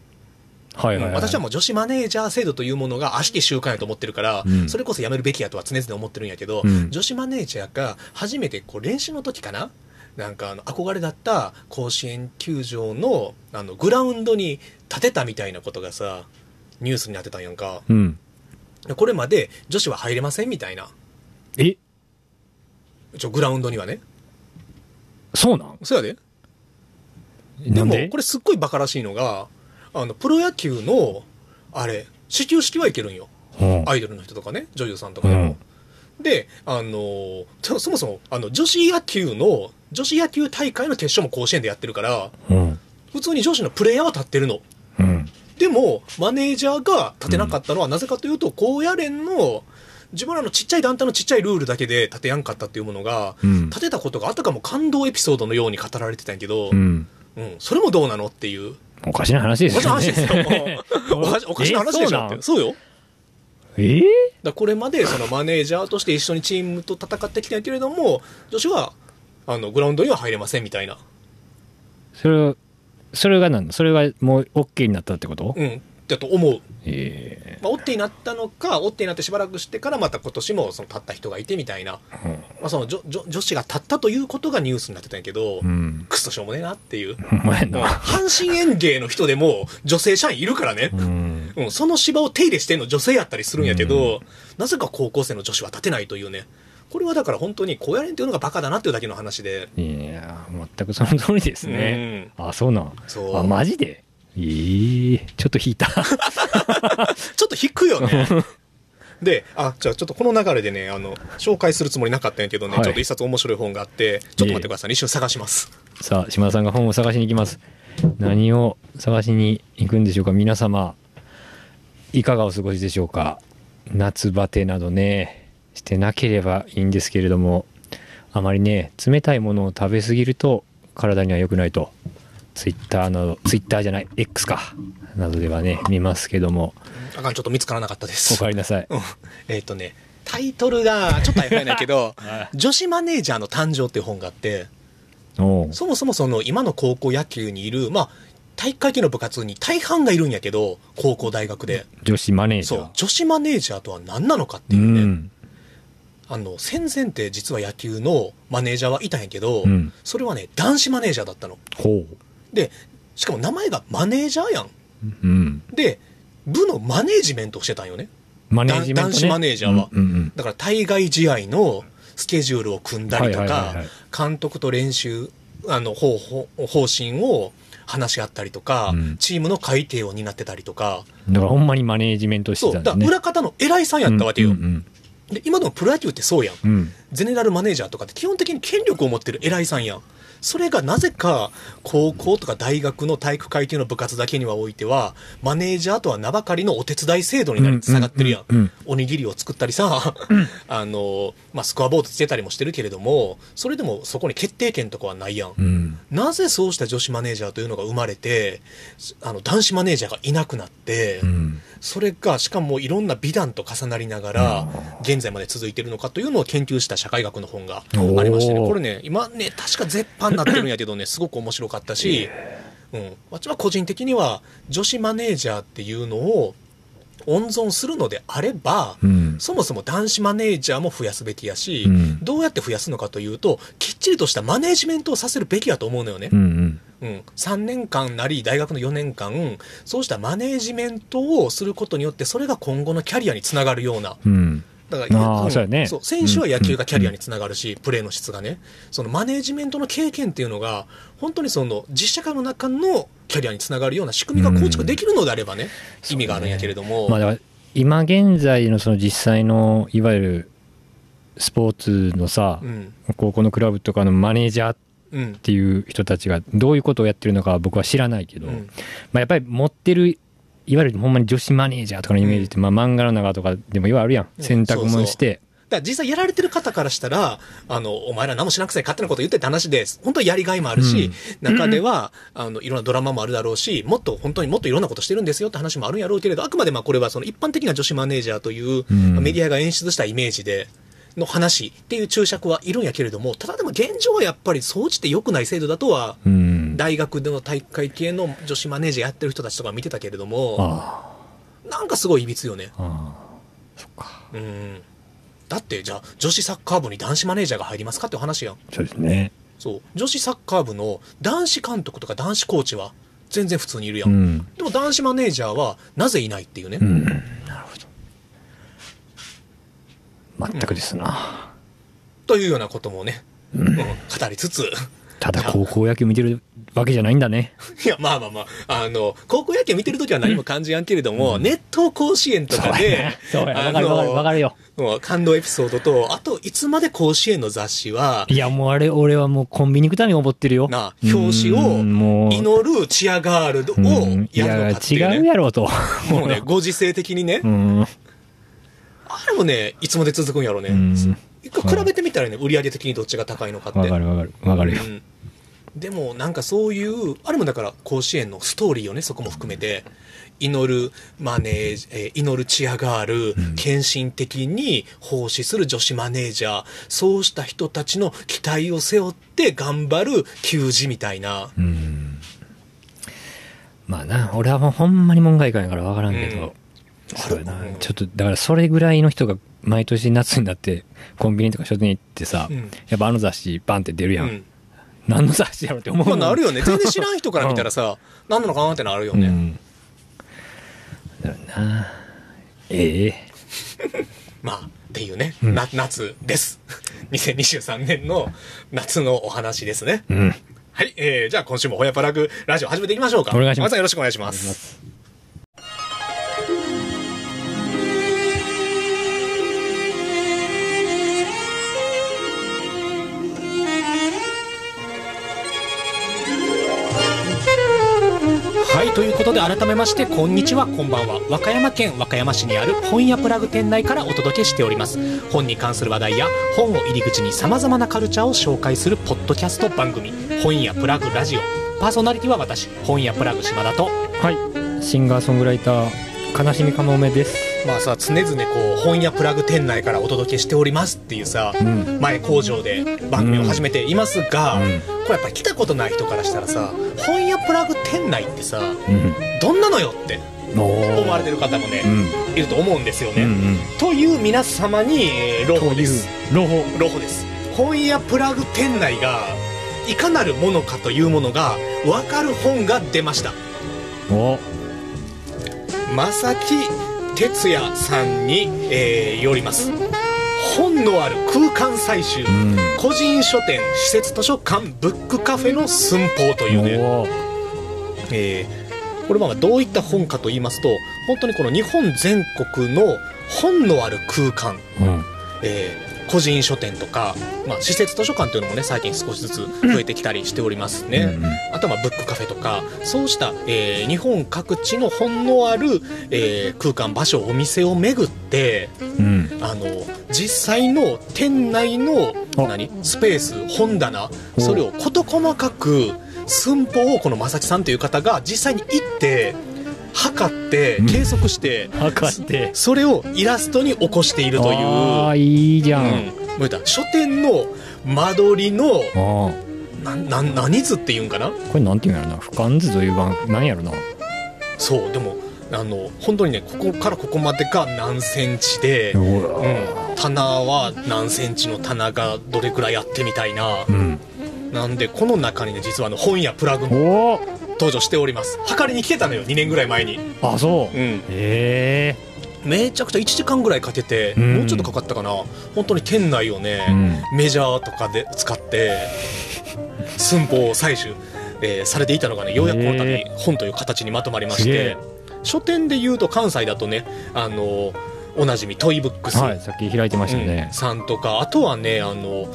ー。
はいはい、
う
はい、
ん私はもう女子マネージャー制度というものが悪しき習慣やと思ってるから、
うん
それこそやめるべきやとは常々思ってるんやけど、
うん
女子マネージャーが初めてこう練習の時かななんかあの憧れだった甲子園球場のあのグラウンドに建てたみたいなことがさ、ニュースになってたんやんか。
うん
でこれまで女子は入れませんみたいな。
え
ちょ、グラウンドにはね。
そうなん
そうやで。で
なん
も
で、
これすっごいバカらしいのが、あの、プロ野球の、あれ、始球式はいけるんよ。
うん
アイドルの人とかね、女優さんとかでも。で、あの、そそもそも、あの、女子野球の、女子野球大会の決勝も甲子園でやってるから、
うん
普通に女子のプレイヤーは立ってるの。
うん
でも、マネージャーが立てなかったのは、なぜかというと、高野連の、自分らのちっちゃい団体のちっちゃいルールだけで立てやんかったっていうものが、
うん
立てたことがあたかも感動エピソードのように語られてたんやけど、
うん
うん、それもどうなのっていう。
おかしな話で
おかし
す
な
よ
話
ね
ですよ。もうおかしおかしな話でしょって。
え
そうよ。
ええ
だからこれまでそのマネージャーとして一緒にチームと戦ってきたけれども、女子はあのグラウンドには入れませんみたいな、
それはそれが何それがもう OK になったってこと、
うん、だと思う、
え
まあ、オッテになったのか、オッテになってしばらくしてから、また今年もその立った人がいてみたいな、
え
まあ、その女女女子が立ったということがニュースになってたんやけど、
うん
クソしょうもねえなっていう、
ほんまや
うん
な
阪神園芸の人でも女性社員いるからね
う。ん
うん、その芝を手入れしてんの女性やったりするんやけど、なぜか高校生の女子は立てないというね。これはだから本当にこうやれんっていうのがバカだなっていうだけの話で。
いや全くその通りですね、あそうなん
そう
あマジでええちょっと引いた
ちょっと引くよね。で、あ、じゃあちょっとこの流れでね、あの、紹介するつもりなかったんやけどね、
はい
ちょっと一冊面白い本があって、ちょっと待ってくださいね、一瞬探します。
さあ島田さんが本を探しに行きます何を探しに行くんでしょうか皆様いかがお過ごしでしょうか夏バテなどねしてなければいいんですけれどもあまりね冷たいものを食べ過ぎると体には良くないとツイッターなどツイッターじゃない X かなどではね見ますけども
あかん、ちょっと見つからなかったで
お
す。
かえりな さい
うんえっ、とね、タイトルが、ちょっとあやふやないけど、女子マネージャーの誕生っていう本があって、
おう
そもそもその今の高校野球にいる、まあ、体育会系の部活に大半がいるんやけど、高校、大学で。
女子マネージ
そ
ャー
う、女子マネージャーとは何なのかっていううね。
ん
あの、戦前って実は野球のマネージャーはいたんやけど、
うん
それはね、男子マネージャーだったの。
ほ
で、しかも名前がマネージャーやん。
ううん
で、部のマネージメントをしてたんよね。
マネージメント、ね、
男子マネージャーは
うんうんうん
だから対外試合のスケジュールを組んだりと
はいはいは
か
いはい、
監督と練習、あの、方法、方針を話し合ったりとか、
うん
チームの改定を担ってたりとか、
だからほんまにマネージメントして
そう、
たん
だ
で
から
すね。
裏方の偉いさんやったわけよ。
うんうん
で、今のプロ野球ってそうやん。
うんうん
ゼネラルマネージャーとかって基本的に権力を持ってる偉いさんやん。それがなぜか高校とか大学の体育会系の部活だけにはおいては、マネージャーとは名ばかりのお手伝い制度にな
う
り
ん
下がってるやん
うんうん。
おにぎりを作ったりさ、あの、まあ、スコアボードつけたりもしてるけれども、それでもそこに決定権とかはないやん。
うん
なぜそうした女子マネージャーというのが生まれて、あの男子マネージャーがいなくなって、
うん
それがしかもいろんな美談と重なりながら現在まで続いてるのかというのを研究した社会学の本がありましてね
おー
これね今ね確か絶版になってるんやけどね すごく面白かったし、うん、私は個人的には女子マネージャーっていうのを温存するのであれば、
うん
そもそも男子マネージャーも増やすべきやし、
うん
どうやって増やすのかというときっちりとしたマネージメントをさせるべきやと思うのよね。
うん
うん、3年間なり大学の4年間そうしたマネージメントをすることによってそれが今後のキャリアにつながるような
うん
だから
あー
ん
そうやね
選手は野球がキャリアにつながるし、プレーの質がねそのマネージメントの経験っていうのが本当にその実社会の中のキャリアにつながるような仕組みが構築できるのであればね、意味があるんやけれども、
まあだから今現在のその実際のいわゆるスポーツのさ、
うん
高校のクラブとかのマネージャーっ
うん
ていう人たちがどういうことをやってるのかは僕は知らないけど、
うん
まあ、やっぱり持ってるいわゆるほんまに女子マネージャーとかのイメージって、まあ、漫画の中とかでもいわゆるあるやん
うん
洗濯
そうそ
も
う
して、
だから実際やられてる方からしたら、あの、お前ら何もしなくて勝手なこと言ってって話です。本当はやりがいもあるし、中では、あの、いろんなドラマもあるだろうし、もっと本当にもっといろんなことしてるんですよって話もあるんやろうけれど、あくまでまあこれはその一般的な女子マネージャーという、
うん
まあメディアが演出したイメージで、の話っていう注釈はいるんやけれども、ただでも現状はやっぱり総じて良くない制度だとは、
うん
大学での体育会系の女子マネージャーやってる人たちとか見てたけれども、
あ
なんかすごい歪よね。
あああそっか
うんだってじゃあ女子サッカー部に男子マネージャーが入りますかって話やん
そうですね
そう女子サッカー部の男子監督とか男子コーチは全然普通にいるや、
うんん
でも男子マネージャーはなぜいないっていうね、
うん、なるほど。全くですな。
というようなこともね、うん、語りつ つ
ただ高校野球見てるわけじゃないんだね。
いやまあまあまああの高校野球見てるときは何も感じやんけれども、熱湯甲子園とかで
そうや、
あ
わかる
の
わかるわかるよ。
もう感動エピソードとあといつまで甲子園の雑誌はい
や、もうあれ、俺はもうコンビニ行くために思ってるよ。
な表紙
う
を
んもう
祈るチアガール
うん
を
い
やる
や、
のかっていう
違う
ね
やろと。
もうね、ご時世的にね
う、ん。
あれもね、いつまで続くんやろうね
うん。
一回比べてみたらね、売り上げ的にどっちが高いのかって。
わかるわかる。わかるよ
う。んでもなんかそういう、あれもだから甲子園のストーリーをね、そこも含めて、祈るマネージ、えー祈るチアガール、献身的に奉仕する女子マネージャー、そうした人たちの期待を背負って頑張る球児みたいな。
うんまあな俺はもうほんまに門外漢やから分からんけど、
うん
そうやな
うん
ちょっとだからそれぐらいの人が毎年夏になってコンビニとか書店行ってさ、
うん
やっぱあの雑誌バンって出る
う
やん、
ん。
何の雑誌やろって思う
ま
も
あ
ん
なるよね。全然知らん人から見たらさ、何なのかなってなるよね。
うんだよなええ
まあ、っていうね、な夏です。2023年の夏のお話ですね。
うん
はい、えー、じゃあ今週もほやパラグラジオ始めていきましょうか。
お願いし
小林
ます
さんよろしくお願いします。はい、ということで改めまして、こんにちは、こんばんは。和歌山県和歌山市にある本屋プラグ店内からお届けしております。本に関する話題や、本を入り口に様々なカルチャーを紹介するポッドキャスト番組、本屋プラグラジオ。パーソナリティは私、本屋プラグ島田と。
はいシンガーソングライター悲しみかもめです
まあさ、常々こう、本屋プラグ店内からお届けしておりますっていうさ、
うん
前工場で番組を始めていますが、
うん
これやっぱり来たことない人からしたらさ、本屋プラグ店内ってさ、
うん
どんなのよって思
思
われてる方もね、
うん
いると思うんですよね。
うんうん
という皆様に、えー朗報です。
朗報
朗報です。本屋プラグ店内が、いかなるものかというものが、わかる本が出ました。
お
正木哲也さんに、えーよります。本のある空間採集、
ん
個人書店、施設図書館、ブックカフェの寸法というね。
お
えーこれまあどういった本かと言いますと、本当にこの日本全国の本のある空間、
うん
えー個人書店とか、まあ、施設図書館というのもね、最近少しずつ増えてきたりしておりますね。
うんうん
あとはまあブックカフェとか、そうした、えー日本各地の本のある、えー空間、場所、お店を巡って、
うん
あの実際の店内の
あ
何スペース本棚
お
それを事細かく寸法をこの正木さんという方が実際に行って測って
うん
計測して、
測って
それをイラストに起こしているという
ああいいじゃん、
うんもう言ったら書店の間取りの
ああ
なな何図っていうんかな
これなんていうんやろな俯瞰図というかなんやろな
そうでもあの本当にねここからここまでが何センチで、うん、棚は何センチの棚がどれくらいあってみたいな。
うん
なんで、この中にね、実はあの本やプラグも
おお
登場しております。測りに来てたのよ、2年ぐらい前に。
あそう
うん。
え
めちゃくちゃ1時間ぐらいかけて、
うん
もうちょっとかかったかな。本当に店内をね
え、うん
メジャーとかで使って、寸法を採取、えーされていたのがね、ようやくこの度
へ、
本という形にまとまりますし
げ
て
え、
書店で言うと関西だとね、あの、おなじみトイブックス、
はいさっき開いてました
う
ね
ん、さんとかあとはねあの、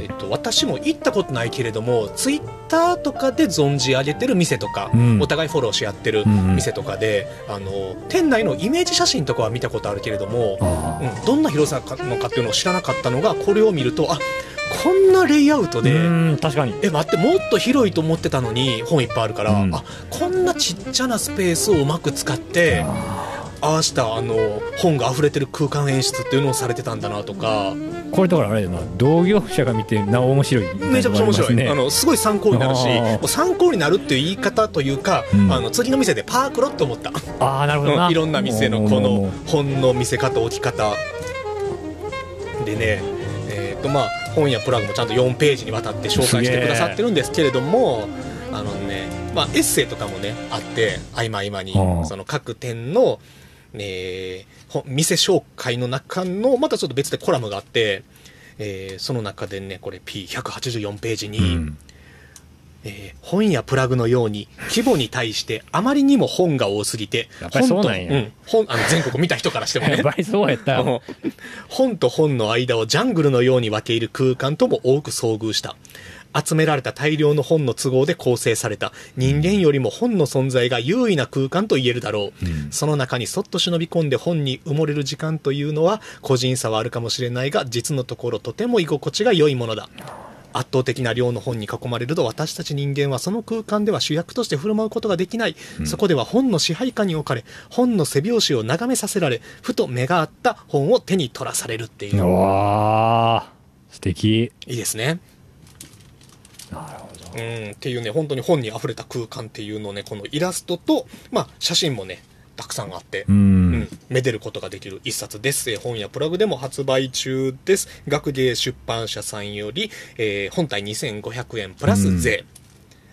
えっと、私も行ったことないけれどもツイッターとかで存じ上げてる店とか、
うん
お互いフォローし合ってる
うんうん
店とかで、あの店内のイメージ写真とかは見たことあるけれども、
あ
うん、どんな広さなのかっていうのを知らなかったのがこれを見るとあこんなレイアウト
あ
で。
うん確かに
え待ってもっと広いと思ってたのに本いっぱいあるから、
うん
あこんなちっちゃなスペースをうまく使って
あ
ああしたあの本が溢れてる空間演出っていうのをされてたんだなとか
ーこれだからあれだな同業者が見てなお面白い
めちゃくちゃ面白い、
ね
あのすごい参考になるし
あー
もう参考になるっていう言い方というか、
うん
あの次の店でパークロって思った、
ああなるほど
う
なん
いろんな店のこの本の見せ方置き方でねえーとまあ本やプラグもちゃんと4ページにわたって紹介し
すげ
て
え
くださってるんですけれどもあのね、まあ、エッセイとかもねあって合間合間に
うん
その各店の、えーほ店紹介の中のまたちょっと別でコラムがあって、えーその中でねこれ P184 ページに、
うん
えー本やプラグのように規模に対してあまりにも本が多すぎて
やっぱりそうなんや
本とうん本あの全国見た人からしても
やっ
ね
ぱりそうやった
本と本の間をジャングルのように分け入る空間とも多く遭遇した集められた大量の本の都合で構成された人間よりも本の存在が優位な空間と言えるだろう、
うん
その中にそっと忍び込んで本に埋もれる時間というのは個人差はあるかもしれないが実のところとても居心地が良いものだ圧倒的な量の本に囲まれると私たち人間はその空間では主役として振る舞うことができない、そこでは本の支配下に置かれ本の背表紙を眺めさせられふと目が合った本を手に取らされるっていう
うわー素敵
いいですね
なるほど
うんっていうね本当に本に溢れた空間っていうのをねこのイラストと、まあ、写真もねたくさんあって、
う
うんん、めでることができる一冊です。えー本やプラグでも発売中です。学芸出版社さんより、えー本体2500円プラス税。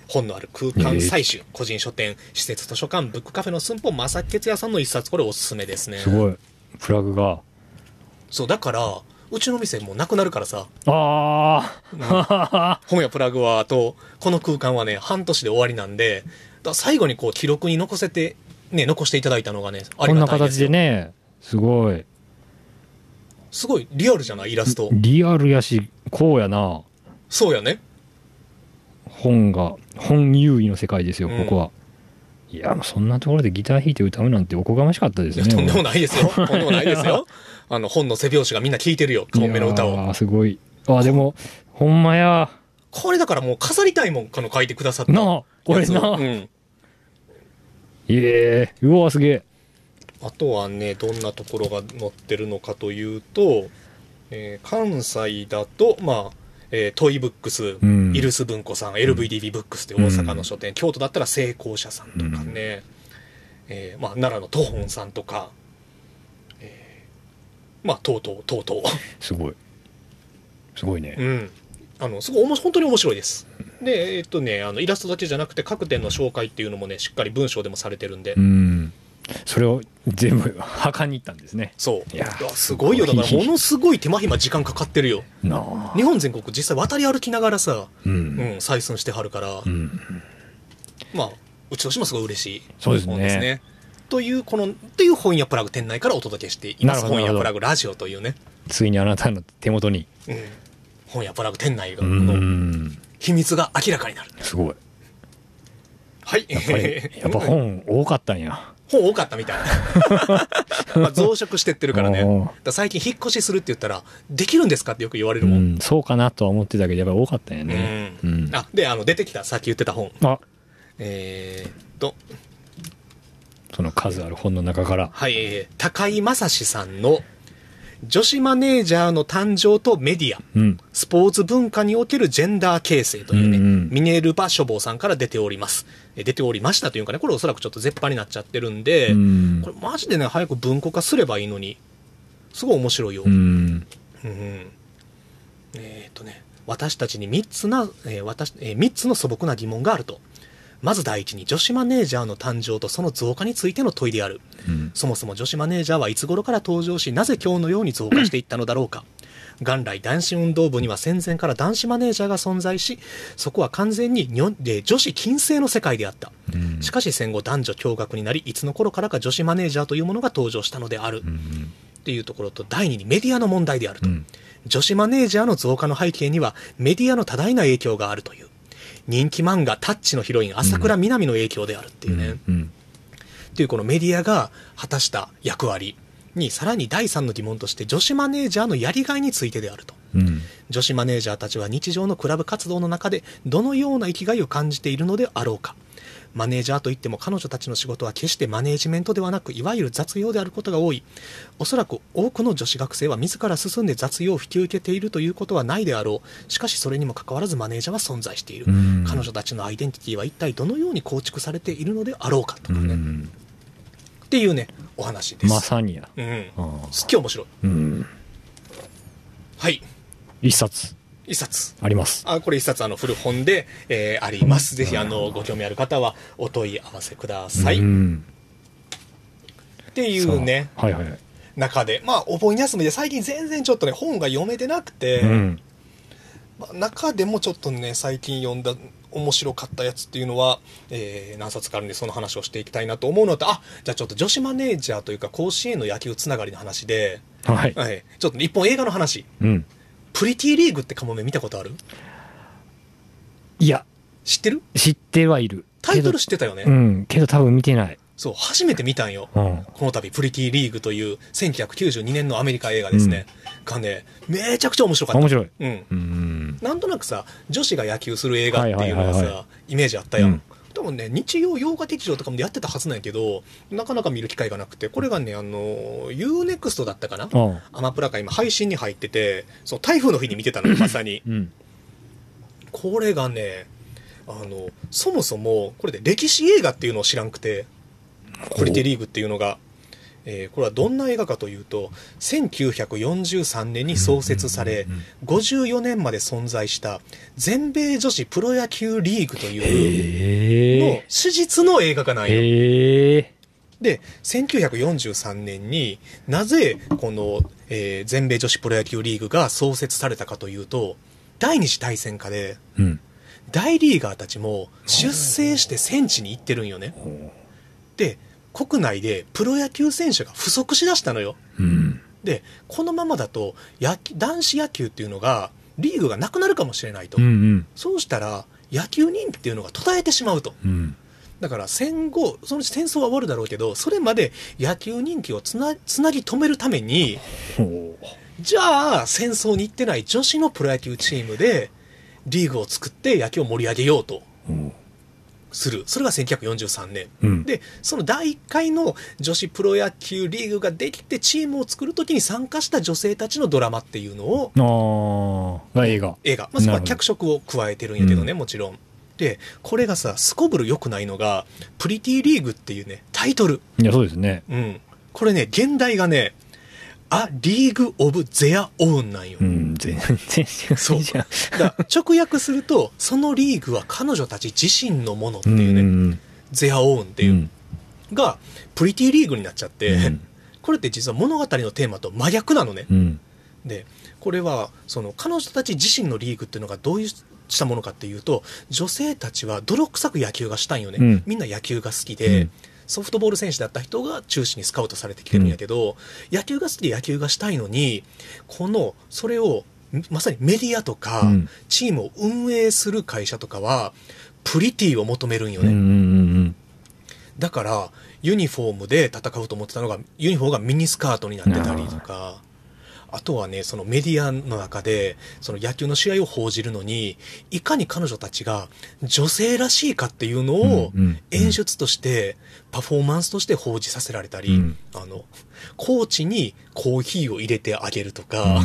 本のある空間採取、個人書店、施設図書館、ブックカフェの寸法、正木哲也さんの一冊、これおすすめですね。
すごいプラグが
そう、だから、うちの店もうなくなるからさ、
あ あ
本やプラグは、あと、この空間はね、半年で終わりなんで、だ最後にこう、記録に残せて、ね、残していただいたのがね、あ
こ
り
ん
が
な
たいです
形
よ
でねすごい
すごいリアルじゃないイラスト。
リアルやしこうやな
そうやね。
本が本優位の世界ですよ
うん
ここは、いやもうそんなところでギター弾いて歌うなんておこがましかったです
い
ね
やとんでもないですよ。とんでもないですよ。あの、本の背表紙がみんな聴いてるよ。カモメの歌
いや
を。
ーすごいあでもほんまや
これだからもう飾りたいもん、この書いてくださった。
なあこれ
やつを
な
うん。
いえー、うわすげえ
あとはね、どんなところが載ってるのかというと、えー関西だと、まあ、えートイブックス、
ん
イルス文庫さん、LVDB ブックスって大阪の書店、京都だったら成功者さんとかね、えーまあ、奈良のトホンさんとか、えーまあ、とうとう、とうとう。
すごいすごいね
うん、あのすごいおも本当に面白いです。で、えっとね、あのイラストだけじゃなくて各店の紹介っていうのもね、しっかり文章でもされてるんで、
うん、それを全部 墓に行ったんですね
そう。
い
い
や
や、すごいよ。だから、
ひひ
ものすごい手間暇時間かかってるよ。
なあ
日本全国実際渡り歩きながらさ、
う、
うんん、採寸してはるから、
うん、
まあ、うちとしてもすごい嬉しい
そうですね
本ですね。という、この、という本屋プラグ店内からお届けしていま
なる
す。
ほど
本
なる
屋
ほど
プラグラジオというね、
ついにあなたの手元に
うん、本屋プラグ店内
う
の
ん
秘密が明らかになる。
すごい
はい。
やっぱり やっぱ本多かったんや
本多かったみた いな。まあ増殖してってるからね。
おー
だから最近引っ越しするって言ったら、できるんですかってよく言われ
う
るもん。うん。
んそうかなとは思ってたけどやっぱり多かったんやねうん
あ、で、あの、出てきた、さっき言ってた本。
あ
えーっと、
その数ある本の中から
はい、えー高井正史さんの、女子マネージャーの誕生とメディア。
うん
スポーツ文化におけるジェンダー形成というね、
うんうん
ミネルバ書房さんから出ております。え出ておりましたというかね、これおそらくちょっと絶版になっちゃってるんで、
うん
これマジでね、早く文庫化すればいいのに、すごい面白いよ。
うん
うんえーっとね、私たちに3つな、えー私えー3つの素朴な疑問があると。まず第一に女子マネージャーの誕生とその増加についての問いである。
うん
そもそも女子マネージャーはいつ頃から登場し、なぜ今日のように増加していったのだろうか。元来男子運動部には戦前から男子マネージャーが存在し、そこは完全ににょえー女子禁制の世界であった。
うん
しかし戦後男女共学になり、いつの頃からか女子マネージャーというものが登場したのである。
うん
っていうところと、第二にメディアの問題であると。
うん
女子マネージャーの増加の背景にはメディアの多大な影響があるという人気漫画「タッチ」のヒロイン朝倉みなみの影響であるっていうね、っ
うん
ていうこのメディアが果たした役割にさらに第3の疑問として女子マネージャーのやりがいについてであると
うん
女子マネージャーたちは日常のクラブ活動の中でどのような生きがいを感じているのであろうかマネージャーといっても彼女たちの仕事は決してマネージメントではなくいわゆる雑用であることが多いおそらく多くの女子学生は自ら進んで雑用を引き受けているということはないであろうしかしそれにもかかわらずマネージャーは存在している
うん
彼女たちのアイデンティティは一体どのように構築されているのであろうかと
う
かね、っ
ん
ていうねお話です、
まさにや
うん
あ
すっげえ面白い
うん
はい
一冊
一冊
あります
あこれ一冊あの古本で、えーあります。ぜひあのご興味ある方はお問い合わせください。
う
っ
ん
ていうね、
そうはいはい
中で、まあお盆休みで最近全然ちょっとね本が読めてなくて、
うん
まあ中でもちょっとね最近読んだ面白かったやつっていうのは、えー何冊かあるんでその話をしていきたいなと思うのと、あじゃあちょっと女子マネージャーというか甲子園の野球つながりの話で、
はい
はい、ちょっと一本映画の話、
うん
プリティリーグってカモメ見たことある
いや
知ってる
知ってはいる
タイトル
け
知ってたよね、
どうんけど多分見てない
そう、初めて見たんよ。
うん
この度、プリティリーグという1992年のアメリカ映画ですね。がね、めちゃくちゃ面白かった。
面白い
うん
う。んうん
なんとなくさ女子が野球する映画っていうのがさ、
はいはいはいは
イメージあったやん、
うん
多分ね日曜洋画劇場とかもやってたはずなんやけどなかなか見る機会がなくてこれがねあの UNEXT だったかな、
うん
アマプラが今配信に入っててその台風の日に見てたのよまさに
うん
これがねあのそもそもこれで歴史映画っていうのを知らんくてプリテリーグっていうのが、えーこれはどんな映画かというと1943年に創設され、
うんうん
54年まで存在した全米女子プロ野球リーグというの
へえ
史実の映画化なんよ。
へえ
で、1943年になぜこの、えー全米女子プロ野球リーグが創設されたかというと、第二次大戦下で
うん
大リーガーたちも出征して戦地に行ってるんよね。で、国内でプロ野球選手が不足しだしたのよ。
うん
で、このままだと野球男子野球っていうのがリーグがなくなるかもしれないと。
うんうん
そうしたら野球人気っていうのが途絶えてしまうと。
うん
だから戦後、そのうち戦争は終わるだろうけど、それまで野球人気をつなつなぎ止めるために、
ほ
じゃあ戦争に行ってない女子のプロ野球チームでリーグを作って野球を盛り上げようと
うほ
する。それが1943年。
ううん
で、その第1回の女子プロ野球リーグができてチームを作るときに参加した女性たちのドラマっていうのを
ああが映画
映画。まあ、そこは
なるほど
脚色を加えてるんやけどね、
う
もちろん。で、これがさ、すこぶる良くないのが、プリティリーグっていうね、タイトル。
いやそうですね
うん。これね、現代がね、ア・リーグ・オブ・ゼア・オウンなんよ。
うん全然違うじゃん
だから直訳すると、そのリーグは彼女たち自身のものって
う
いうね、
んっ
ゼア・オウンっていう、が、プリティリーグになっちゃって、
うん
これって実は物語のテーマと真逆なのね。
うん
で、これは、その彼女たち自身のリーグっていうのがどういう、したものかっていうと女性たちは泥臭く野球がしたいんよね、
うん
みんな野球が好きで、
うん
ソフトボール選手だった人が中心にスカウトされてきてるんやけど、野球が好きで野球がしたいのにこのそれをまさにメディアとか、
うん
チームを運営する会社とかはプリティを求めるんよ
うんう
ね、
んうん
だからユニフォームで戦うと思ってたのがユニフォームがミニスカートになってたりとかあとはねそのメディアの中でその野球の試合を報じるのにいかに彼女たちが女性らしいかっていうのを
うんうん
演出としてパフォーマンスとして報じさせられたり、
うん
あのコーチにコーヒーを入れてあげるとか。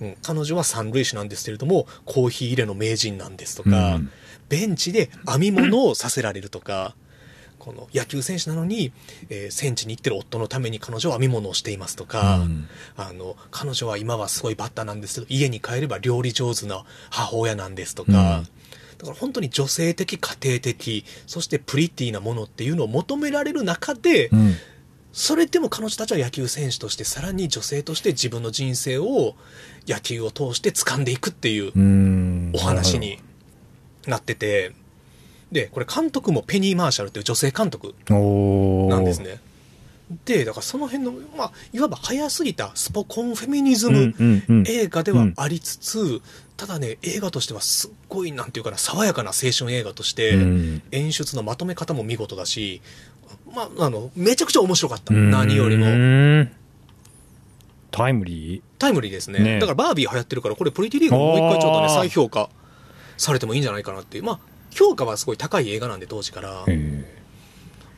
うん、彼女は三塁手なんですけれども、コーヒー入れの名人なんですとか、
うん
ベンチで編み物をさせられるとか、この野球選手なのに、えー戦地に行ってる夫のために彼女は編み物をしていますとか、
うん
あの、彼女は今はすごいバッターなんですけど、家に帰れば料理上手な母親なんですとか、
うん
だから本当に女性的、家庭的、そしてプリティなものっていうのを求められる中で、
うん
それでも彼女たちは野球選手として、さらに女性として自分の人生を野球を通して掴んでいくっていう
うん
お話になってて、で、これ監督もペニー・マーシャルっていう女性監督
おー
なんですね。で、だからその辺の、まあ、いわば早すぎたスポコンフェミニズ
う
ム
んうんうん
映画ではありつつ、ただね、映画としてはすっごい、なんていうかな、爽やかな青春映画として、
うん
演出のまとめ方も見事だし、まあ、あの、めちゃくちゃ面白かった。
うん
何よりも。
タイムリー
タイムリーですね。
ね
だからバービー流行ってるから、これプリティリーグもう一回ちょっとね、
あー
再評価されてもいいんじゃないかなっていう。まあ、評価はすごい高い映画なんで、当時から。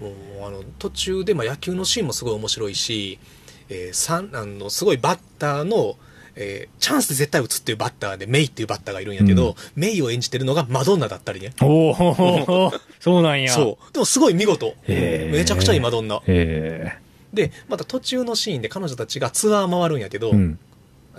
もうあの途中で、まあ、野球のシーンもすごい面白いし、えーさんあのすごいバッターの、えーチャンスで絶対打つっていうバッターで、メイっていうバッターがいるんやけど、
うん
メイを演じてるのがマドンナだったりね。
おおそうなんや
そう。でもすごい見事。
へー
めちゃくちゃいいマドンナ。
へ
で、また途中のシーンで彼女たちがツアー回るんやけど、
えうん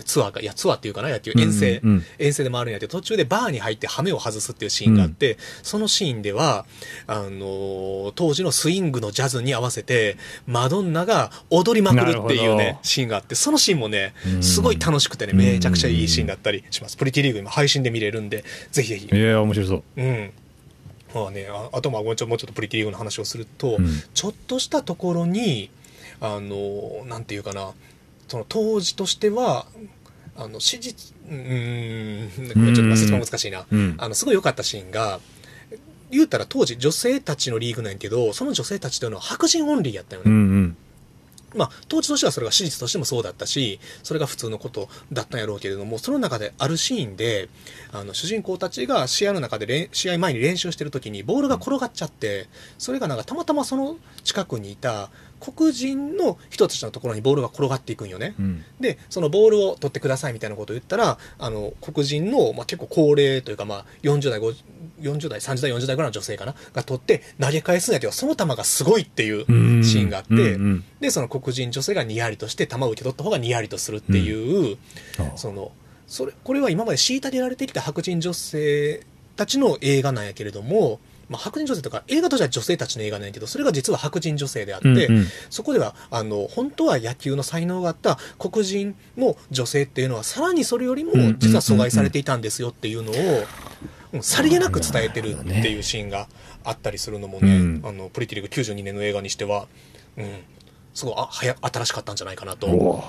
ツアーか、いや、ツアーっていうかな、野球、遠征、
うんうん
遠征で回るんやけど、途中でバーに入ってハメを外すっていうシーンがあって、そのシーンでは、あのー当時のスイングのジャズに合わせて、マドンナが踊りまくるっていう
なる
ね
ほど、
シーンがあって、そのシーンもね
う、ん
すごい楽しくてね、めちゃくちゃいいシーンだったりします。プリティリーグ今配信で見れるんで、ぜひぜひ。
いや面白そう
うん。まあね、ああとまあごめんちょもうちょっとプリティリーグの話をすると、
うん
ちょっとしたところにあのなんていうかなその当時としてはあの史実うーんこれちょっとまあ説明難しいな、
うん
あのすごい良かったシーンが言うたら当時女性たちのリーグなんやけどその女性たちというのは白人オンリーやったよね、
うんうん
まあ、当時としてはそれが史実としてもそうだったし、それが普通のことだったんやろうけれども、その中であるシーンで、あの、主人公たちが試合の中で練、試合前に練習してる時にボールが転がっちゃって、それがなんかたまたまその近くにいた黒人の人たちのところにボールが転がっていくんよね。
うん。
でそのボールを取ってくださいみたいなことを言ったらあの黒人の、まあ、結構高齢というか、まあ、40代50 40代30代40代ぐらいの女性かなが取って投げ返すんやけどその球がすごいっていう
うん
シーンがあって、
うんうん
でその黒人女性がニヤリとして球を受け取った方がニヤリとするっていう、
あ
そのそれこれは今まで虐げられてきた白人女性たちの映画なんやけれども、まあ、白人女性とか映画としては女性たちの映画なんやけどそれが実は白人女性であって、
うんうん
そこではあの本当は野球の才能があった黒人の女性っていうのはさらにそれよりも
うんうんうん
実は阻害されていたんですよっていうのを。うんさりげなく伝えてるっていうシーンがあったりするのもね、
うん
あのプリティリーグ92年の映画にしては、うん、すごいあはや新しかったんじゃないかなと
お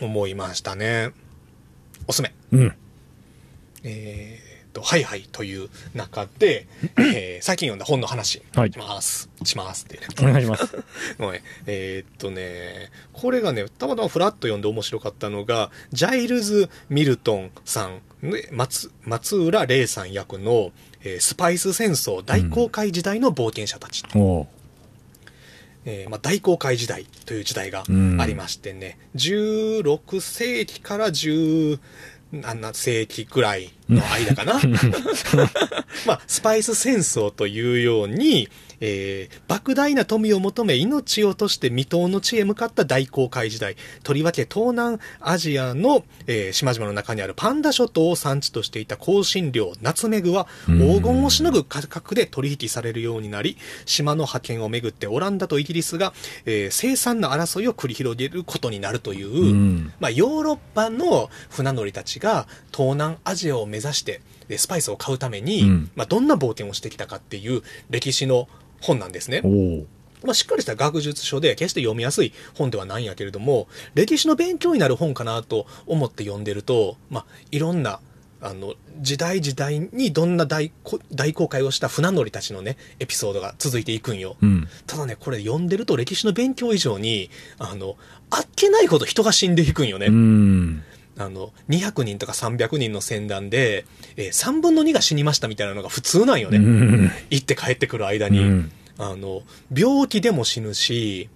ー
思いましたね。おすすめ。
うん。
えーっと、はいはいという中で、えー最近読んだ本の話、
はい
します。しますっていうね。
お願いします。
ごめんえーっとね、これがね、たまたまフラッと読んで面白かったのが、ジャイルズ・ミルトンさん、ね松松浦玲さん役の、えースパイス戦争大航海時代の冒険者たち。
おー
えーまあ、大航海時代という時代が
うん
ありましてね、16世紀から17世紀くらいの間か な、まあ、スパイス戦争というように、えー莫大な富を求め命を落として未踏の地へ向かった大航海時代とりわけ東南アジアの、えー島々の中にあるパンダ諸島を産地としていた香辛料ナツメグは黄金をしのぐ価格で取引されるようになり島の覇権をめぐってオランダとイギリスが、えー、凄惨な争いを繰り広げることになるという、
うん
まあ、ヨーロッパの船乗りたちが東南アジアを目指してでスパイスを買うために、
うん
まあ、どんな冒険をしてきたかっていう歴史の本なんですね
お。ー
まあ、しっかりした学術書で決して読みやすい本ではないんやけれども歴史の勉強になる本かなと思って読んでると、まあ、いろんなあの時代時代にどんな大こ大航海をした船乗りたちのねエピソードが続いていくんよ。
うん。
ただね、これ読んでると歴史の勉強以上に、あの、あっけないほど人が死んでいくんよね。
うん。
あの、200人とか300人の船団で、えー3分の2が死にましたみたいなのが普通なんよね。
うん
行って帰ってくる間
う
に。
ん
あの、病気でも死ぬし、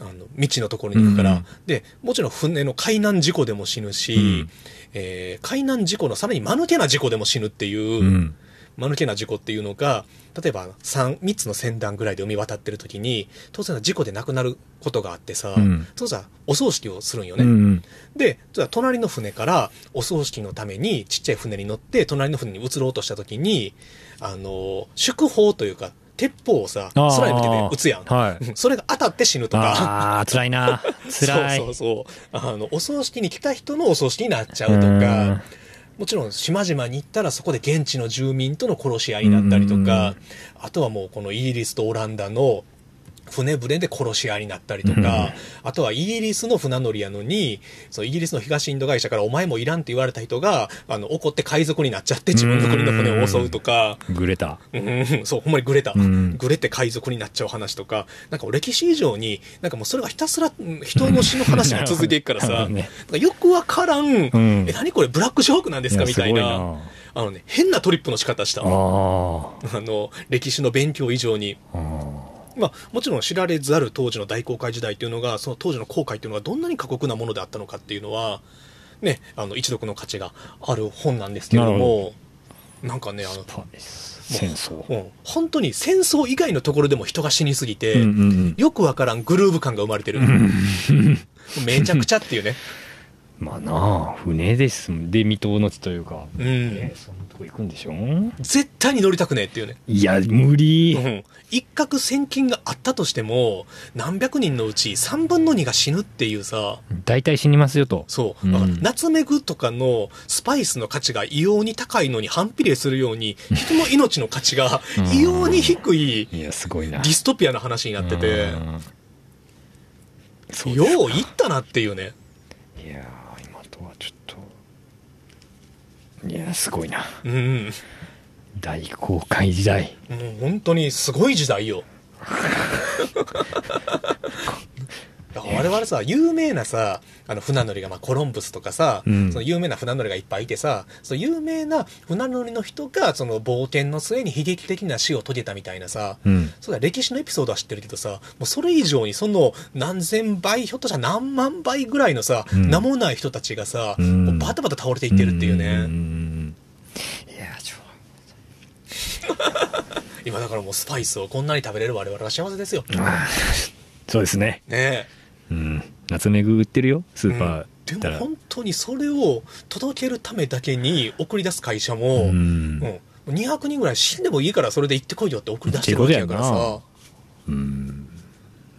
あの、未知のところに行くから、
うん
で、もちろん船の海難事故でも死ぬし、
うん
えー海難事故のさらに間抜けな事故でも死ぬっていう、
うん。
間抜けな事故っていうのが、例えば3、三つの船団ぐらいで海渡ってる時に、当然事故で亡くなることがあってさ、
うん
そうさ、お葬式をするんよ
う
ね。
ん。
で、じゃあ隣の船からお葬式のためにちっちゃい船に乗って隣の船に移ろうとした時に、あの、祝砲というか、鉄砲をさ、
あー
空に向けて撃つやん。
はい
うんそれが当たって死ぬとか。
ああ、辛いな。辛い。
そうそうそう。あの、お葬式に来た人のお葬式になっちゃうと
うん
か、もちろん島々に行ったらそこで現地の住民との殺し合いになったりと
うんうんう
か、あとはもうこのイギリスとオランダの船船で殺し合いになったりと
うん
か、あとはイギリスの船乗りやのに、そのイギリスの東インド会社からお前もいらんって言われた人が、あの、怒って海賊になっちゃって自分の国の船を襲うとか、
グレタ。
うん、そう、ほんまにグレた。
うん
グレて海賊になっちゃう話とか、なんか歴史以上に、なんかもうそれがひたすらうん人の死の話が続いていくから
なる
さ、
ほどね
なんかよくわからん、
ん
え、何これブラックジョークなんですか
いや
みたいな
すごいな
あのね、変なトリップの仕方した。
あ
あ
あ。
の、歴史の勉強以上に。まあ、もちろん知られざる当時の大航海時代というのが、その当時の航海というのがどんなに過酷なものであったのかっていうのは、ね、あの、一読の価値がある本なんですけれど
なる
も、なんかね、あの、
戦争。
うん、本当に戦争以外のところでも人が死にすぎて、
うんうんうん
よくわからんグルーヴ感が生まれてる。めちゃくちゃっていうね。
まあなあ、船ですんで、未踏の地というか。
う
え
ん。
そんなとこ行くんでしょ
絶対に乗りたくねえっていうね。
いや、無理
う。ん。一攫千金があったとしても、何百人のうち3分の2が死ぬっていうさ、
大体死にますよと。
そう。
うん
だから、ナツメグとかのスパイスの価値が異様に高いのに反比例するように、人の命の価値が
うん
異様に低い
いや、すごいな。
ディストピアな話になってて、
うんそうです
よう言ったなっていうね。
いやー、今とはちょっと。いや、すごいな。
うん。
大航海時代。
も う本当にすごい時代よ。いや我々さ、有名なさ、あの、船乗りが、まあ、コロンブスとかさ、
うん
その有名な船乗りがいっぱいいてさ、その有名な船乗りの人が、その冒険の末に悲劇的な死を遂げたみたいなさ、
うん。
そうだ、歴史のエピソードは知ってるけどさ、もうそれ以上にその何千倍、ひょっとしたら何万倍ぐらいのさ、
うん
名もない人たちがさ、
うん
もうバタバタ倒れていってるっていうね。
んいや、ちょ、
今だからもうスパイスをこんなに食べれる我々は幸せですよ。
あー そうですね。
ね
うん。夏目ぐ売ってるよ、ス
え。
ーパー
う
行
ん
った
でも
ら。
本当にそれを届けるためだけに送り出す会社も、
う
うん
ん。
200人ぐらい死んでもいいからそれで行ってこいよって送り出してるわけやからさ、
っ
お
うん。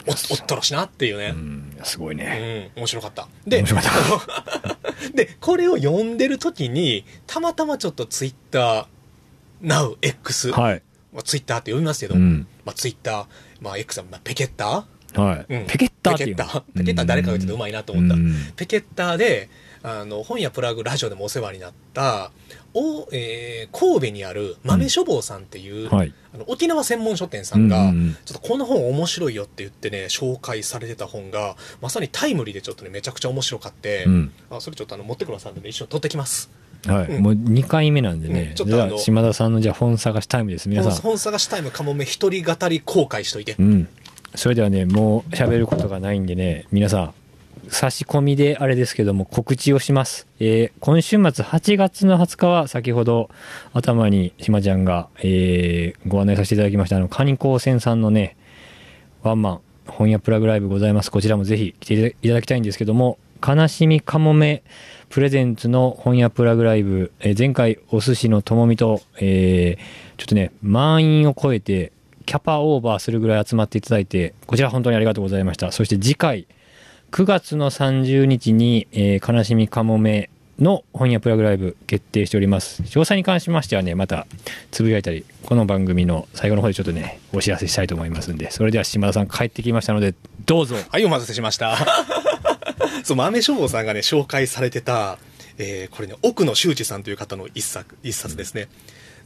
おったらしなっていうね。
うんすごいね。
うん、面白かった。で
面白、かっ
で、これを読んでる時に、たまたまちょっとツイッター、Now X、
た。はい。
まあ、ツイッターって読みますけど、
うん。
まあ、ツイッター、まあ、X は、まあ、ペケッタ
はい。
ー、うん、
ペケッターって
ペ
い
ケッ
うの
ター。ペケッター誰かが言っててうまいなと思った。
うん
ペケッターで、あの、本やプラグラジオでもお世話になった、お、えー神戸にある豆書房さんっていう、
はい。
あの沖縄専門書店さんが、
うんうんうん
ちょっとこの本面白いよって言ってね、紹介されてた本が、まさにタイムリーでちょっとね、めちゃくちゃ面白かって、
うん
あそれちょっとあの、持ってくださるんで、ね、一緒に取ってきます。
はい、
うん
もう2回目なんでね、
うんちょっ
じ
とあ
ゃ
の
あ島田さんのじゃあ本探しタイムです皆
本
さん、
本探しタイムかもめ一人語り公開しといて
う。ん、それではねもう喋ることがないんでね皆さん差し込みであれですけども告知をします、えー今週末8月の20日は先ほど頭に島ちゃんが、えーご案内させていただきましたあのカニ高専さんのねワンマン本屋プラグライブございますこちらもぜひ来ていただきたいんですけども悲しみかもめプレゼンツの本屋プラグライブ、えー前回お寿司のともみと、えーちょっとね満員を超えてキャパオーバーするぐらい集まっていただいてこちら本当にありがとうございましたそして次回9月の30日に、えー悲しみかもめの本屋プラグライブ決定しております詳細に関しましてはねまたつぶやいたりこの番組の最後の方でちょっとねお知らせしたいと思いますんでそれでは島田さん帰ってきましたのでどうぞ
はい、お待たせしました。 そう、豆書房さんがね、紹介されてた、えーこれね、奥野修二さんという方の一作、一冊ですね。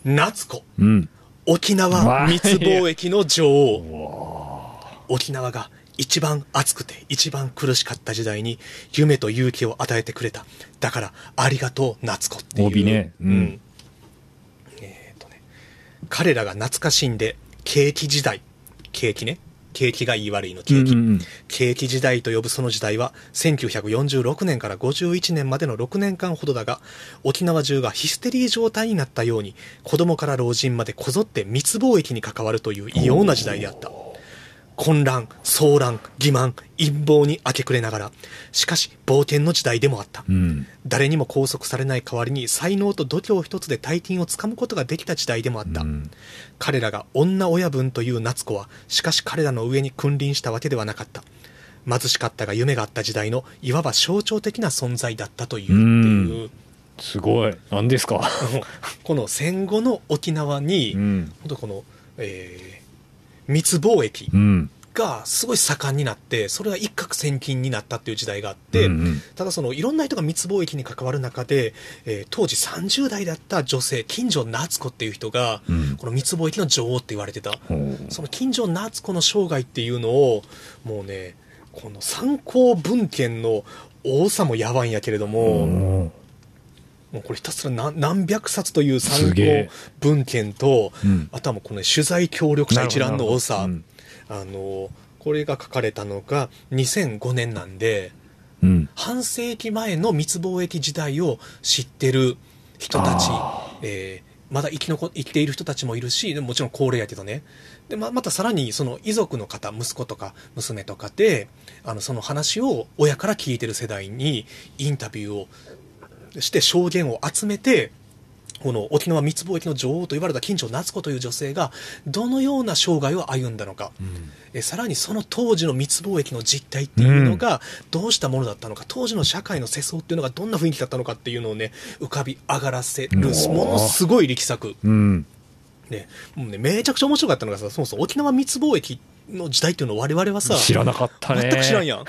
夏子。
うん
沖縄密貿易の女王沖縄が一番暑くて一番苦しかった時代に夢と勇気を与えてくれただからありがとう夏子っていう
帯ねうん
えーとね彼らが懐かしんで景気時代景気ね景気が言い悪いの景気、
うんうんうん
景気時代と呼ぶその時代は1946年から51年までの6年間ほどだが沖縄中がヒステリー状態になったように子供から老人までこぞって密貿易に関わるという異様な時代であった混乱騒乱欺瞞陰謀に明け暮れながらしかし冒険の時代でもあった、
うん
誰にも拘束されない代わりに才能と度胸一つで大金をつかむことができた時代でもあった、
うん
彼らが女親分という夏子はしかし彼らの上に君臨したわけではなかった貧しかったが夢があった時代のいわば象徴的な存在だったというっていう
すごい何ですか
この戦後の沖縄に、
うん
本当この、えー密貿易
うん
がすごい盛んになってそれが一攫千金になったっていう時代があって、
うんうん
ただそのいろんな人が密貿易に関わる中で、えー当時30代だった女性金城夏子っていう人が、
うん
この密貿易の女王って言われてた、
ほう
その金城夏子の生涯っていうのをもうねこの参考文献の多さもやばいんやけれども、も
おー
うこれひたすら何何百冊という参
すげ
考
え
文献と、
うん
あとはもうこの、ね、取材協力者一覧の多さ、
なるほどなる
あのこれが書かれたのが2005年なんで
うん
半世紀前の密貿易時代を知ってる人たち
あ、
えーまだ生き残生きている人たちもいるしでももちろん高齢やけどねでままたさらにその遺族の方息子とか娘とかであのその話を親から聞いてる世代にインタビューをして証言を集めてこの沖縄密貿易の女王と言われた金城夏子という女性がどのような生涯を歩んだのか、えさらにその当時の密貿易の実態っていうのがどうしたものだったのか、当時の社会の世相っていうのがどんな雰囲気だったのかっていうのをね浮かび上がらせる
う
も
わー
のすごい力作、
うん
ねもうね、めちゃくちゃ面白かったのがさそもそも沖縄密貿易の時代っていうのを我々はさ
知らなかったね
全く知らんやん
う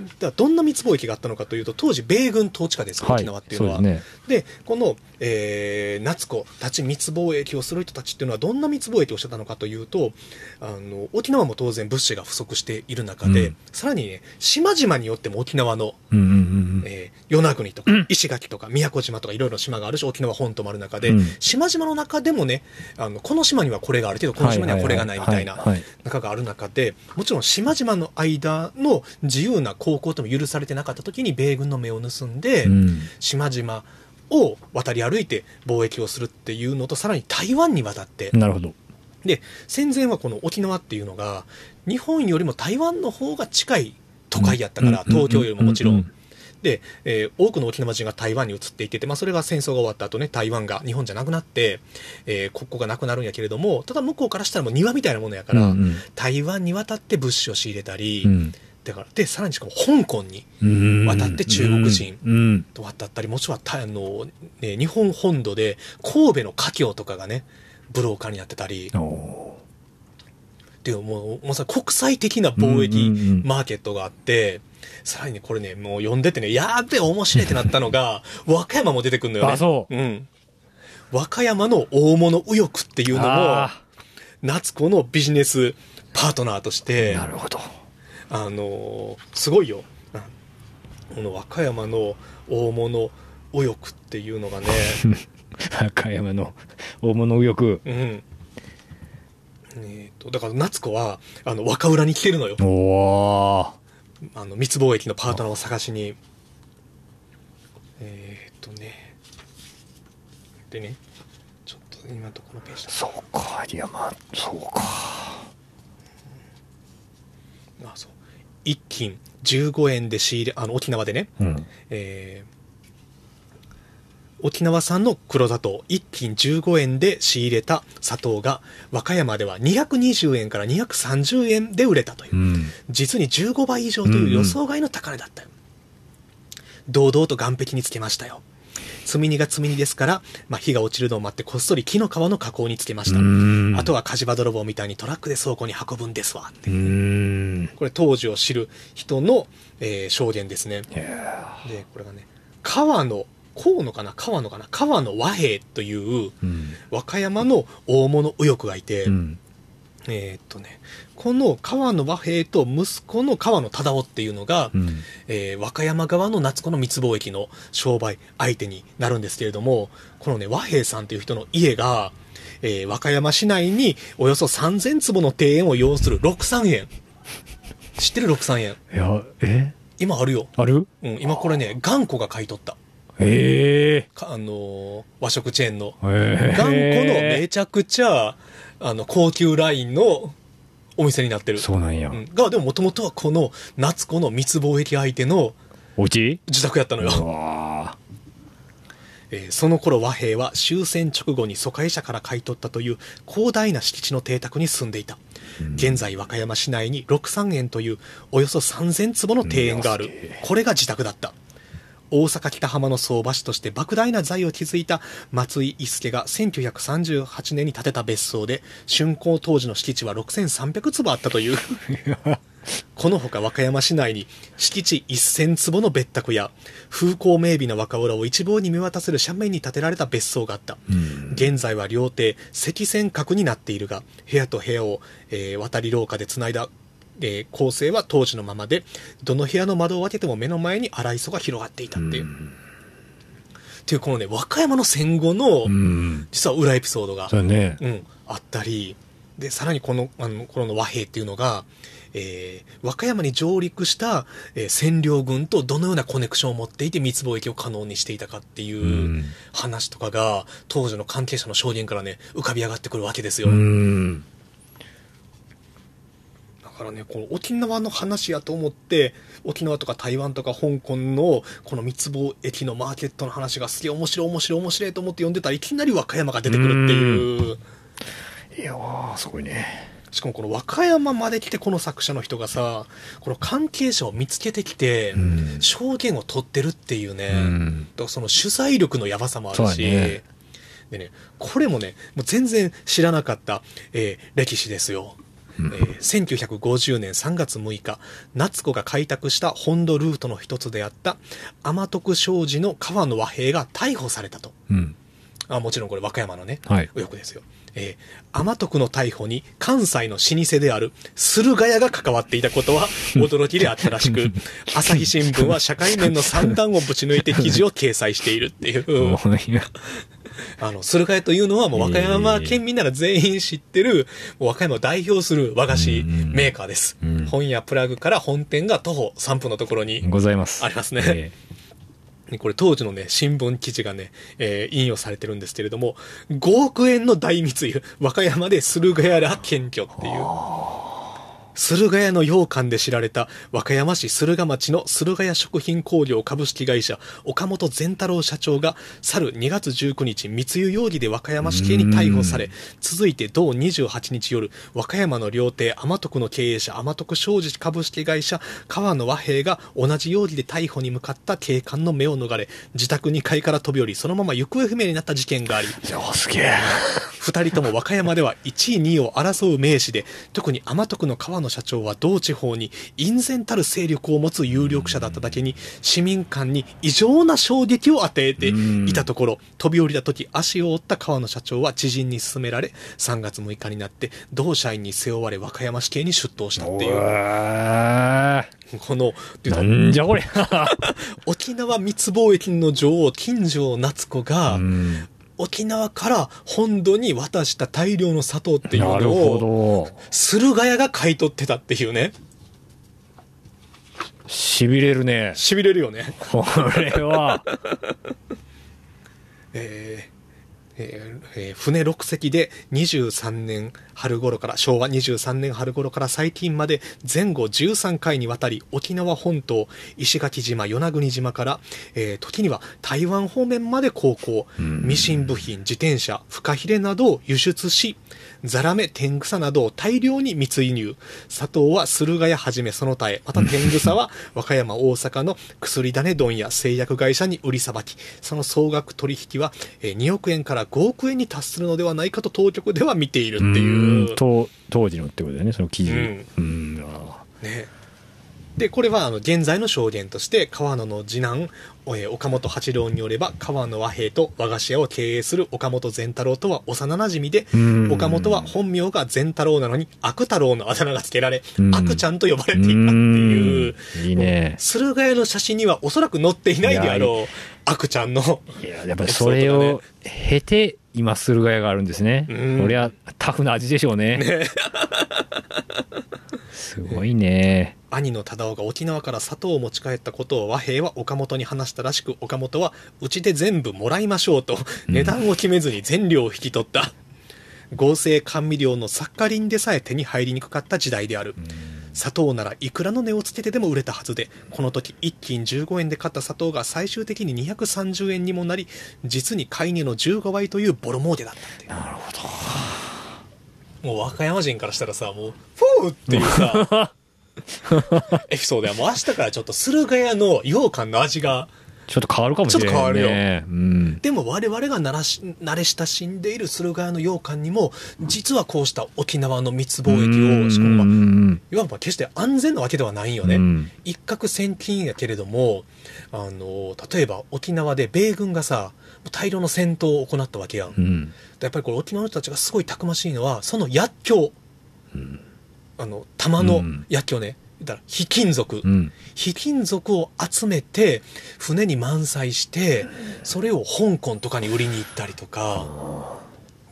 だからどんな密貿易があったのかというと、当時、米軍統治下です、沖縄っていうのは。
そうですね。
で、この、えー夏子たち密貿易をする人たちっていうのはどんな密貿易をしてたのかというと、あの、沖縄も当然物資が不足している中で、
うん
さらにね、島々によっても沖縄の、
うんうんうんうん。
えー与那国とか石垣とか宮古島とかいろいろ島があるし沖縄本島もある中で、
うん
島々の中でもねあのこの島にはこれがあるけどこの島にはこれがないみたい
は
な
ははい
中がある中でもちろん島々の間の自由な航行とも許されてなかった時に米軍の目を盗んで、
うん
島々を渡り歩いて貿易をするっていうのとさらに台湾に渡って、
なるほど。
で戦前はこの沖縄っていうのが日本よりも台湾の方が近い都会やったから、
うん
東京よりももちろん。
うんうん
で、えー多くの沖縄人が台湾に移っていってて、まあ、それが戦争が終わった後ね台湾が日本じゃなくなって、えー国庫がなくなるんやけれどもただ向こうからしたらもう庭みたいなものやから、
うんうん
台湾に渡って物資を仕入れたり、
うん
だからでさらにしかも香港に
うん
渡って中国人
うん
渡ったりもちろんたあの、ね、日本本土で神戸の華僑とかがねブローカーになってたり
うんお
っていうもうまさに国際的な貿
う
易
んうんうん
マーケットがあって、さらにねこれねもう読んでてねやーべえ面白いってなったの が和歌山も出てくるのよね
あそうん
和歌山の大物右翼っていう
ー
のも
あ
夏子のビジネスパートナーとし
ー
て
なるほど。
あのーすごいよあこの和歌山の大物右翼っていうのがね、
和歌山の大物右翼。
うんえーとだから夏子はあの若浦に来てるのよ
おー
あの密貿易のパートナーを探しにえー、っとねでねちょっと今のところページ
そうか、いや、まあ、そうか。
だあそう一斤15円で仕入れあの沖縄でね、
うん。。
えー沖縄産の黒砂糖1斤15円で仕入れた砂糖が和歌山では220円から230円で売れたといううん実に15倍以上という予想外の高値だったよ、堂々と岸壁につけましたよ積み荷が積み荷ですから、まあ、火が落ちるのを待ってこっそり木の皮の加工につけました、
うん
あとは火事場泥棒みたいにトラックで倉庫に運ぶんですわって
うん。
これ当時を知る人の、えー証言ですね
いや
でこれがね川の河野かな川野かな川野和平という
ーうん。
和歌山の大物右翼がいて、
うん。
えーっとねこの川野和平と息子の川野忠夫っていうのが、
うん。
えー和歌山側の夏子の密貿易の商売相手になるんですけれどもこのね和平さんという人の家が、えー和歌山市内におよそ3000坪の庭園を要する63園知ってる63園
いや、え
今あるよ、
ある
うん、今これね頑固が買い取った
ええ
かあのー和食チェーンの
ー。ええー。
頑固のめちゃくちゃあの高級ラインのお店になってる
そうなんや
う。んがでももともとはこの夏子の密貿易相手の
お家
自宅やったの
う
よ、
わ
えーその頃和平は終戦直後に疎開者から買い取ったという広大な敷地の邸宅に住んでいた現在和歌山市内に六三園というおよそ3000坪の庭園があ
うんすげ
る
え
これが自宅だった大阪北浜の相場師として莫大な財を築いた松井一助が1938年に建てた別荘で竣工当時の敷地は6300坪あったというこのほか和歌山市内に敷地1000坪の別宅や風光明媚な若浦を一望に見渡せる斜面に建てられた別荘があった、
ん
現在は料亭赤線角になっているが部屋と部屋を、えー渡り廊下でつないだ、えー構成は当時のままでどの部屋の窓を開けても目の前に荒磯が広がっていたっていう、っていうこのね和歌山の戦後の
ーうん。
実は裏エピソードが、
そうやね。
うん、あったりでさらにこのあの頃の和平っていうのが、えー和歌山に上陸した、えー占領軍とどのようなコネクションを持っていて密貿易を可能にしていたかっていううん話とかが、当時の関係者の証言からね浮かび上がってくるわけですよ、
うん。
だからねこの沖縄の話やと思って沖縄とか台湾とか香港のこの密貿易のマーケットの話がすげえ面白い面白い面白いと思って読んでたらいきなり和歌山が出てくるっていう。
いやー、すごいね。
しかもこの和歌山まで来てこの作者の人がさこの関係者を見つけてきて
ん
証言を取ってるっていうね、
うん
だからその取材力のやばさもある
そう
し、
やね
でねこれもねもう全然知らなかった、えー歴史ですよ。えー1950年3月6日、夏子が開拓した本土ルートの一つであった、天徳商事の川野和平が逮捕されたと。
うん。
あもちろんこれ和歌山のね、
はい
右翼ですよ。えー、天徳の逮捕に関西の老舗である駿河屋が関わっていたこと は驚きであったらしく、朝日新聞は社会面の三段をぶち抜いて記事を掲載しているっていう
も、ういや
あの、駿河屋というのはもう和歌山県民なら全員知ってる、もう和歌山を代表する和菓子メーカーです
うん。
本屋プラグから本店が徒歩3分のところに
ございます。
ありますね
え
ねこれ当時のね、新聞記事がね、えー引用されてるんですけれども、5億円の大密輸、和歌山で駿河屋ら検挙っていう。駿河屋の洋館で知られた和歌山市駿河町の駿河屋食品工業株式会社岡本善太郎社長が去る2月19日密輸容疑で和歌山市警に逮捕され続いて同28日夜和歌山の料亭天徳の経営者天徳商事株式会社川野和平が同じ容疑で逮捕に向かった警官の目を逃れ自宅2階から飛び降りそのまま行方不明になった事件があり
えいやすげえ。
二人とも和歌山では1位2位を争う名士で特に天徳の川野社長は同地方に隠然たる勢力を持つ有力者だっただけに市民間に異常な衝撃を与えていたところ飛び降りた時足を折った川野社長は知人に勧められ3月6日になって同社員に背負われ和歌山市警に出頭したっていう
わ
この
ーなんじゃこりゃ。
沖縄密貿易の女王金城夏子が、
うん
沖縄から本土に渡した大量の砂糖っていう
なる
のを
ほ
駿河屋が買い取ってたっていうね。
ど。しびれるね。
痺れるよね。
これは。
えーえーえー船6隻で23年春頃から昭和23年春頃から最近まで前後13回にわたり沖縄本島石垣島与那国島から、えー時には台湾方面まで航行ミシン部品自転車フカヒレなどを輸出しザラメ天草などを大量に密輸入砂糖は駿河屋はじめその他へまた天草は和歌山大阪の薬種問屋製薬会社に売りさばきその総額取引はえー2億円から5億円に達するのではないかと当局では見ているっていう
うんと当時のってことだよね、その記事。
うん
うんあ
ねでこれはあの現在の証言として川野の次男えー岡本八郎によれば川野和平と和菓子屋を経営する岡本善太郎とは幼なじみで
うん
岡本は本名が善太郎なのに悪太郎のあだ名が付けられ
うん
悪ちゃんと呼ばれていたっていう
ーうんいいね。
駿河屋の写真にはおそらく載っていないであろう悪ちゃんの
いや、やっぱりそれを経て、今、駿河屋があるんですね。
うん
これはタフな味でしょうね。すごいね。
兄の忠雄が沖縄から砂糖を持ち帰ったことを和平は岡本に話したらしく岡本はうちで全部もらいましょうと値段を決めずに全量を引き取った、合成甘味料のサッカリンでさえ手に入りにくかった時代である、砂糖ならいくらの値をつけてでも売れたはずでこの時1斤15円で買った砂糖が最終的に230円にもなり実に買い値の15倍というボロ儲けだったってなるほどもう和歌山人からしたらさもうフォーっていう さエピソードはもう明日からちょっと駿河屋の羊羹の味が
ちょっと変わるかもしれない、ね。
ちょっと変わ
るよ。うん。
でも我々が慣らし慣れ親しんでいる駿河屋の羊羹にも実はこうした沖縄の密貿易をしかもまあ
うん
いわば決して安全なわけではないよね、
うん
一攫千金やけれどもあの例えば沖縄で米軍がさ大量の戦闘を行ったわけやん、
う
で
ん。
やっぱりこれ沖縄の人たちがすごいたくましいのはその薬莢、あの玉の薬莢ね、言ったら非金属、
うん。
非金属を集めて船に満載してそれを香港とかに売りに行ったりとか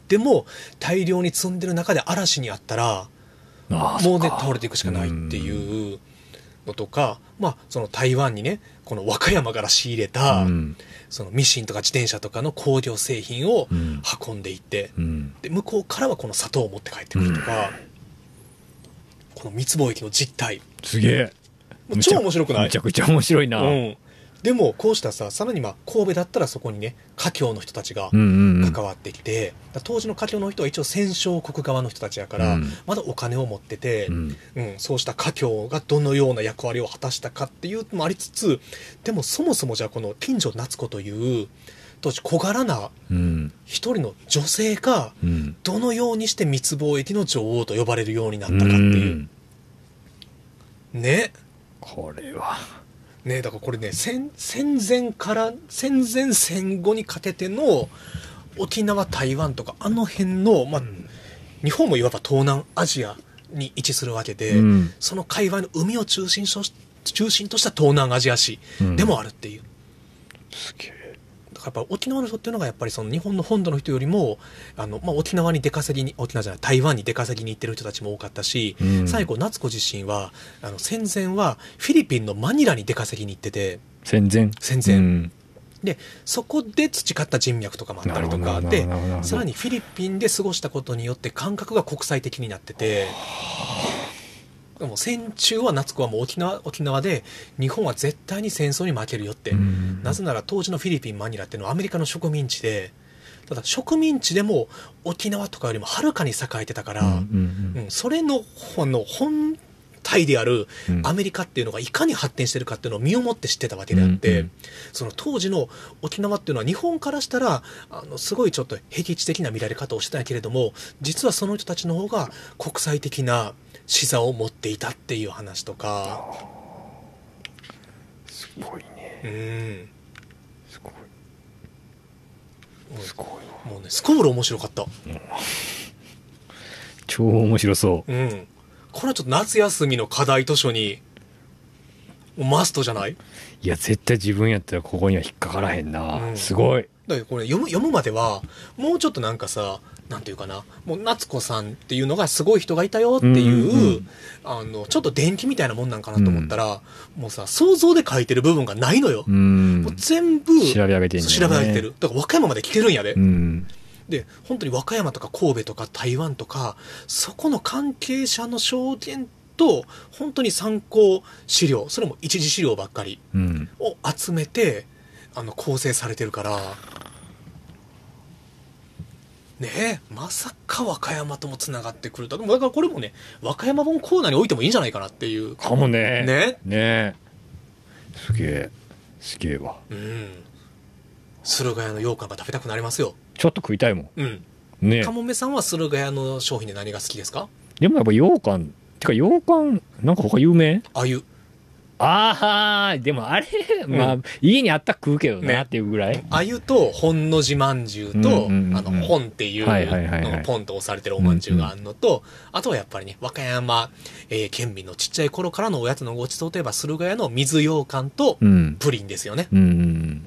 でも大量に積んでる中で嵐にあったら
ああ、そ
も
う
うね
か。
倒れていくしかないっていうのとか、まあ、その台湾にねこの和歌山から仕入れた、
うん。
そのミシンとか自転車とかの工業製品を
うん
運んでいって、
うん。
で向こうからはこの砂糖を持って帰ってくるとか、この密貿易の実態
すげえ。
もう超面白くない
めちゃくちゃ面白いな。
う
うん
ん、でもこうしたささらにまあ神戸だったらそこにね華僑の人たちが
うんうん。
関わってきて、だから当時の華僑の人は一応戦勝国側の人たちやから、
うん
まだお金を持ってて、
う
うん
ん。
そうした華僑がどのような役割を果たしたかっていうのもありつつでもそもそもじゃあこの金城夏子という当時小柄な
うん
一人の女性が、
うん
どのようにして密貿易の女王と呼ばれるようになった
う
かっていう。
ん
ね。
これは
ねだからこれね、戦、戦前から、戦前戦後にかけての、沖縄、台湾とか、あの辺の、まあ、日本もいわば東南アジアに位置するわけで、
うん
その界隈の海を中心とし中心とした東南アジア市でもあるっていう。
すげえ
だからやっぱ沖縄の人っていうのがやっぱりその日本の本土の人よりもあの、まあ、沖縄に出稼ぎに沖縄じゃない台湾に出稼ぎに行ってる人たちも多かったし、
うん
最後夏子自身はあの戦前はフィリピンのマニラに出稼ぎに行ってて
戦前
戦前
うん
でそこで培った人脈とかもあったりとか
なるほど
で
なるほどなるほど
さらにフィリピンで過ごしたことによって感覚が国際的になってて。でも戦中は夏子はもう沖縄沖縄で日本は絶対に戦争に負けるよって、
うん
なぜなら当時のフィリピン・マニラっていうのはアメリカの植民地で、ただ植民地でも沖縄とかよりもはるかに栄えてたから、
う
うんん
うん
それのほの本体である
うん
アメリカっていうのがいかに発展してるかっていうのを身をもって知ってたわけであって、
うんうん
その当時の沖縄っていうのは日本からしたらあのすごいちょっと僻地的な見られ方をしてたけれども実はその人たちの方が国際的な視座を持っていたっていう話とか。
すごいね
うん
すごいすごいわ
もうね、スコール面白かった。
超面白そ
うん。これはちょっと夏休みの課題図書に、もうマストじゃないう
いや絶対自分やったらここには引っかからへん
う
なんすごい
だけどこれ読む、読むまでは、もうちょっとなんかさ、なんていうかな、もう夏子さんっていうのがすごい人がいたよっていう、
うんうんうん
あの、ちょっと電気みたいなもんなんかなと思ったら、もうさ、想像で書いてる部分がないのよ。
うん
もう全部、
調べ上げてんだよね
そう調べ上げてる。だから和歌山まで来てるんやで。
うん
で、本当に和歌山とか神戸とか台湾とか、そこの関係者の証言と、本当に参考資料、それも一次資料ばっかり
うん
を集めて、あの、構成されてるから、ねえ、まさか和歌山とも繋がってくると。でもだからこれもね、和歌山本コーナーに置いてもいいんじゃないかなっていう。
かもね
ね
ねすげえすげえわ
うん。駿河屋の羊羹が食べたくなりますよ。
ちょっと食いたいも
うん。
んね
かもめさんは駿河屋の商品で何が好きですか
でもやっぱ羊羹てか羊羹なんか他有名
あゆ。
ああでもあれ、
ん
まあ家にあったら食うけど
ね
なっていうぐらい、
あゆとほんの字まんじゅうと、
うんうんうんうん
あの、本っていう
はいはいはいはい
のがポンと押されてるおまんじゅうがあるのと、あとはやっぱりね、和歌山、えー県民のちっちゃい頃からのおやつのごちそうといえば、駿河屋の水羊羹と
うん
プリンですよね。
うんうん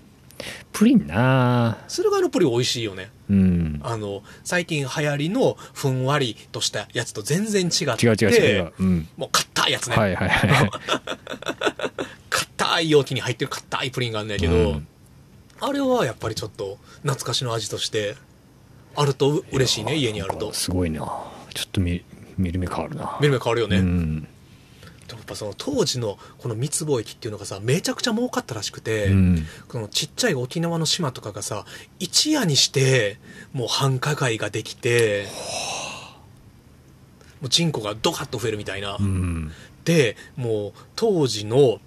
プリンな
駿河屋のプリン美味しいよね。
うん
あの、最近流行りのふんわりとしたやつと全然違って、
違う違う違う、うん、
もう硬いやつね。
はいはいはい
硬い容器に入ってる硬いプリンがあるんだけど、
うん
あれはやっぱりちょっと懐かしの味として、あると嬉しいね、家にあると。
すごいなちょっと見見る目変わるな
見る目変わるよね。
うん
でもやっぱその当時のこの密貿易っていうのがさめちゃくちゃ儲かったらしくて、
うん
このちっちゃい沖縄の島とかがさ一夜にしてもう繁華街ができてもう人口がドカッと増えるみたいな、
うん
でもう当時の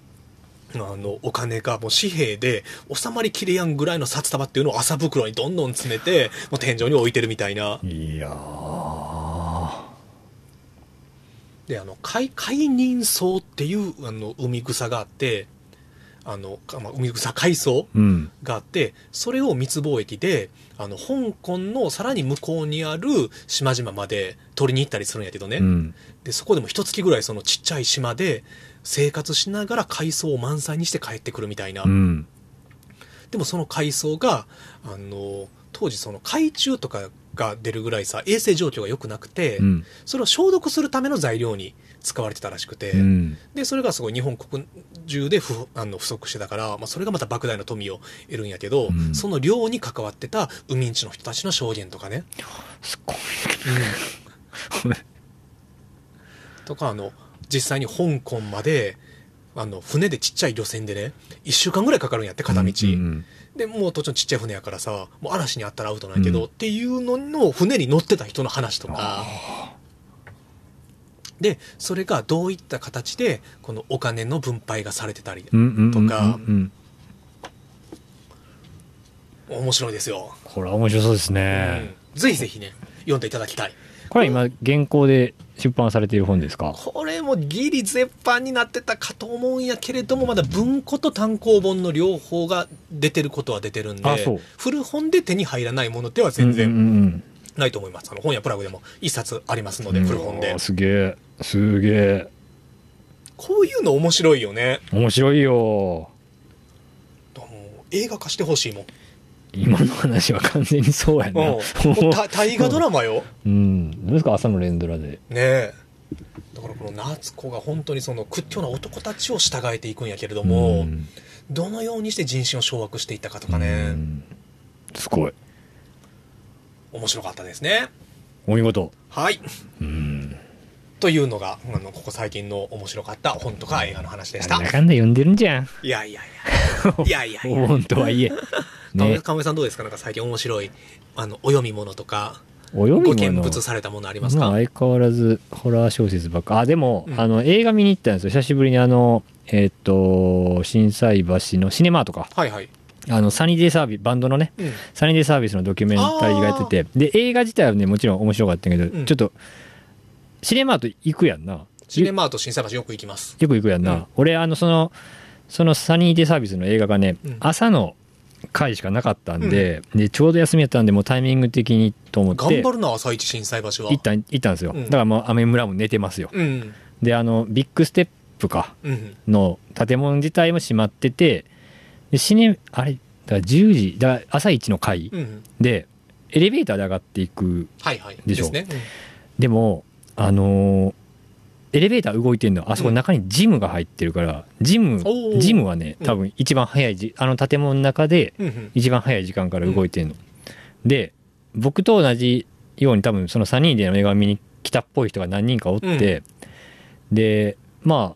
あのお金がもう紙幣で収まりきれやんぐらいの札束っていうのを麻袋にどんどん詰めてもう天井に置いてるみたいない
やー
であの海海人草っていうあの海草があってあの、かまあ、海草海藻
うん
があってそれを密貿易であの香港のさらに向こうにある島々まで取りに行ったりするんやけどね、
うん
でそこでも一月ぐらいそのちっちゃい島で生活しながら海藻を満載にして帰ってくるみたいな、
うん
でもその海藻があの当時その海中とかが出るぐらいさ衛生状況が良くなくて、
うん
それを消毒するための材料に使われてたらしくて、
うん
で、それがすごい日本国中で不あの不足してたから、まあ、それがまた莫大な富を得るんやけど、
うん
その量に関わってた海民地の人たちの証言とかね、
すごい
とか、あの、実際に香港まで、あの、船でちっちゃい漁船でね、1週間ぐらいかかるんやって、片道。
うん
で、もう途中のちっちゃい船やからさ、もう嵐にあったらアウトなんやけど、
うん
っていうのの船に乗ってた人の話とか。で、それがどういった形で、このお金の分配がされてたり
うんうんうんうん
とか
うん
面白いですよ。
これは面白そうです
う
ね
ん。ぜひぜひね、読んでいただきたい。
これは今、現行で出版されている本ですか
これもギリ絶版になってたかと思うんやけれども、まだ文庫と単行本の両方が出てることは出てるん
あ
で
そう、
古本で手に入らないものでは全
うん
然
うんうん
ないと思います。あの本やプラグでも一冊ありますの
う
で、
ん
古本で
おー。すげえすげえ
こういうの面白いよね。
面白いよ
あの映画化してほしいもん。
今の話は完全にそうやな
うん。もうた大河ドラマよ。
うんどうですか朝の連ドラで
ねえ。だからこの夏子が本当にその屈強な男たちを従えていくんやけれども、
ん
どのようにして人心を掌握していったかとか
う
ね、
んすごい
面白かったですね。
お見事
はい。
うん
というのが、あの、ここ最近の面白かった本とか映画の話でし
な
た
ん。だかんだ読んでるんじゃん
いやいや いや。いやいやい
お
や。
盆 とはいえね
かめさんどうですかなんか最近面白い、あの、お読み物とか、
お読
ご
み
見
物
物されたものありますか、
まあ相変わらずホラー小説ばっかあでも、
うん
あの映画見に行ったんですよ久しぶりにあのえっ、と心斎橋のシネマーとか
はいはい。
あのサニーデイサービスバンドのね
うん。
サニーデイサービスのドキュメンタリーがやっててで映画自体はねもちろん面白かったんやけど、
うん
ちょっとシネマート行くやんな
シネマート新斎橋よく行きます。
よく行くやんな、
うん
俺あのそのそのサニーデイサービスの映画がね、
うん
朝の回しかなかったんで,、でちょうど休みやったんでもうタイミング的にと思って
頑張るな、朝一新斎橋は。
行った行ったんですよ、
うん
だからもう雨村も寝てますよ
うん。
であのビッグステップか
うん。
の建物自体も閉まっててでシネあれだから10時だから朝一の回
うん。
でエレベーターで上がっていく
はいはい。
でしょ
ですね。
でもあのーエレベーター動いてんのあそこ中にジムが入ってるからジム
おー
ジムはね
うん
多分一番早いじあの建物の中で
うん。うん
一番早い時間から動いてんの、で僕と同じように多分その3人での映画を見に来たっぽい人が何人かおって、でまあ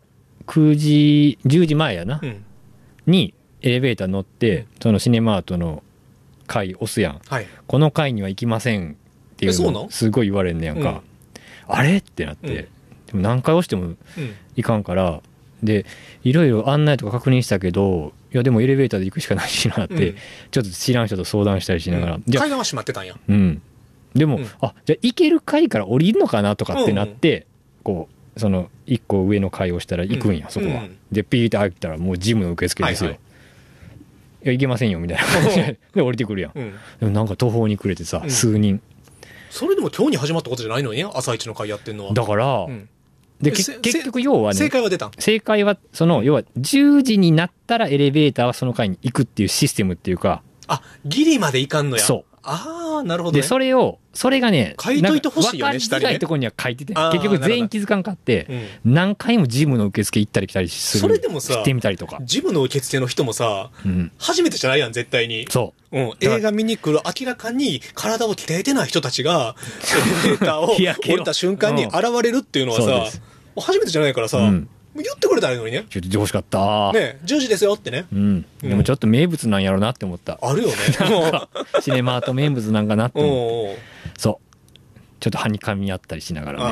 9時10時前やな、
うん。うん。
にエレベーター乗って、
うん
そのシネマアートの階押すやん
はい。
この階には行きませんってい
えそううな
の
ん
すごい言われんねやんか、あれってなって、
うん
でも何回押しても
うん。
いかんからでいろいろ案内とか確認したけどいやでもエレベーターで行くしかないしなって、
うん
ちょっと知らん人と相談したりしながら、
うん
じゃあ
階段は閉まってたんや。
うんでも、
うん
あじゃあ行ける階から降りるのかなとかってなって、こうその1個上の階を押したら行くんや、
うん
そこ
う
は、
ん
でピーって開いたらもうジムの受付ですよ、
はいい
や行けませんよみたいな感じでで降りてくるやん
うん。
でもなんか途方に暮れてさ、
うん
数人
それでも今日に始まったことじゃないのにね、朝一の会やってんのは。
だから、
うん
で
え
け
せせ
結局要はね
正解は出たん。
正解はその要は10時になったらエレベーターはその階に行くっていうシステムっていうか
あ、ギリまでいかんのや。。
そう
ああ、なるほど、ね。
でそれをそれがね
書いといてほしいよね
なんか
下にね
分かりづらいところには書いてて
あー
結局全員気づかんかって
うん
何回もジムの受付行ったり来たりする
それでもさ
してみたりとか、
ジムの受付の人もさ、
うん、
初めてじゃないやん、絶対に。
そ
うん、
から
映画見に来る明らかに体を鍛えてない人たち が、エレベーターを
日焼けを
降りた瞬間に
うん
現れるっていうのは
そう
さ
で、す
初めてじゃないからさ、
うん
もう言ってくれたらいいのにね。
うちょっと欲しかった、
ねえ10時ですよってね。
うん、でもちょっと名物なんやろなって思った
ある よね。も
シネマート名物なんかなって
う。うんう
思っ
ん。
たそうちょっとはにかみ合ったりしながらね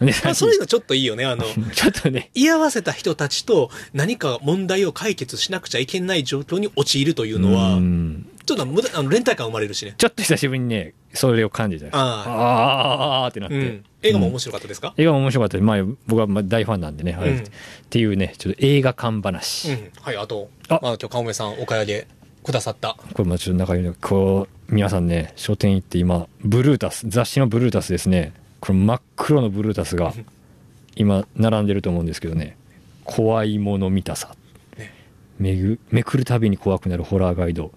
あ
で
あ。まあそういうのちょっといいよね。あ の、
ちょっとね
居合わせた人たちと何か問題を解決しなくちゃいけない状況に陥るというのは、
うん
ちょっと無駄あの連帯感生まれるしね。
ちょっと久しぶりにね、それを感じた。あ
ああ。
あーってなっ
う
て。
ん。映画も面
白
白かったですか
い。映画も面白かったです。まあ、僕はまあ大ファンなんでね、あれ
うん
っていうね、ちょっと映画館
う
話。
ん。はい、あと、
あ
まあ今日、かおめさんお買い上げくださった。
これまあちょっと中身の、こう、皆さんね、書店行って今、ブルータス、雑誌のブルータスですね。これ真っ黒のブルータスが、今、並んでると思うんですけどね。怖いもの見たさ。
ね
めぐ、めくるたびに怖くなるホラーガイド。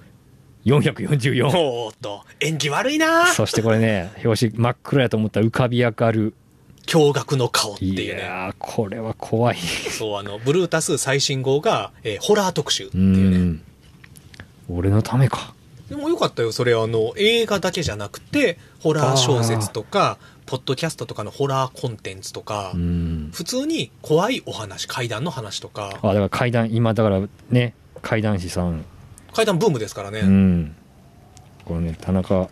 444。
おーっと、演技悪いな
そしてこれね、表紙真っ黒やと思ったら浮かび上がる。
驚愕の顔って
い
いうね。
やー、これは怖い。
そう、あの、ブルータス最新号が、えーホラー特集って
う
いうね。
ん。俺のためか。
でもよかったよ。それ、あの、映画だけじゃなくて、ホラー小説とか、ポッドキャストとかのホラーコンテンツとか、
うん。
普通に怖いお話、怪談の話とか
あ、、だから階段、今だからね、階段師さん。
怪談ブームですからね。
うん。このね、田中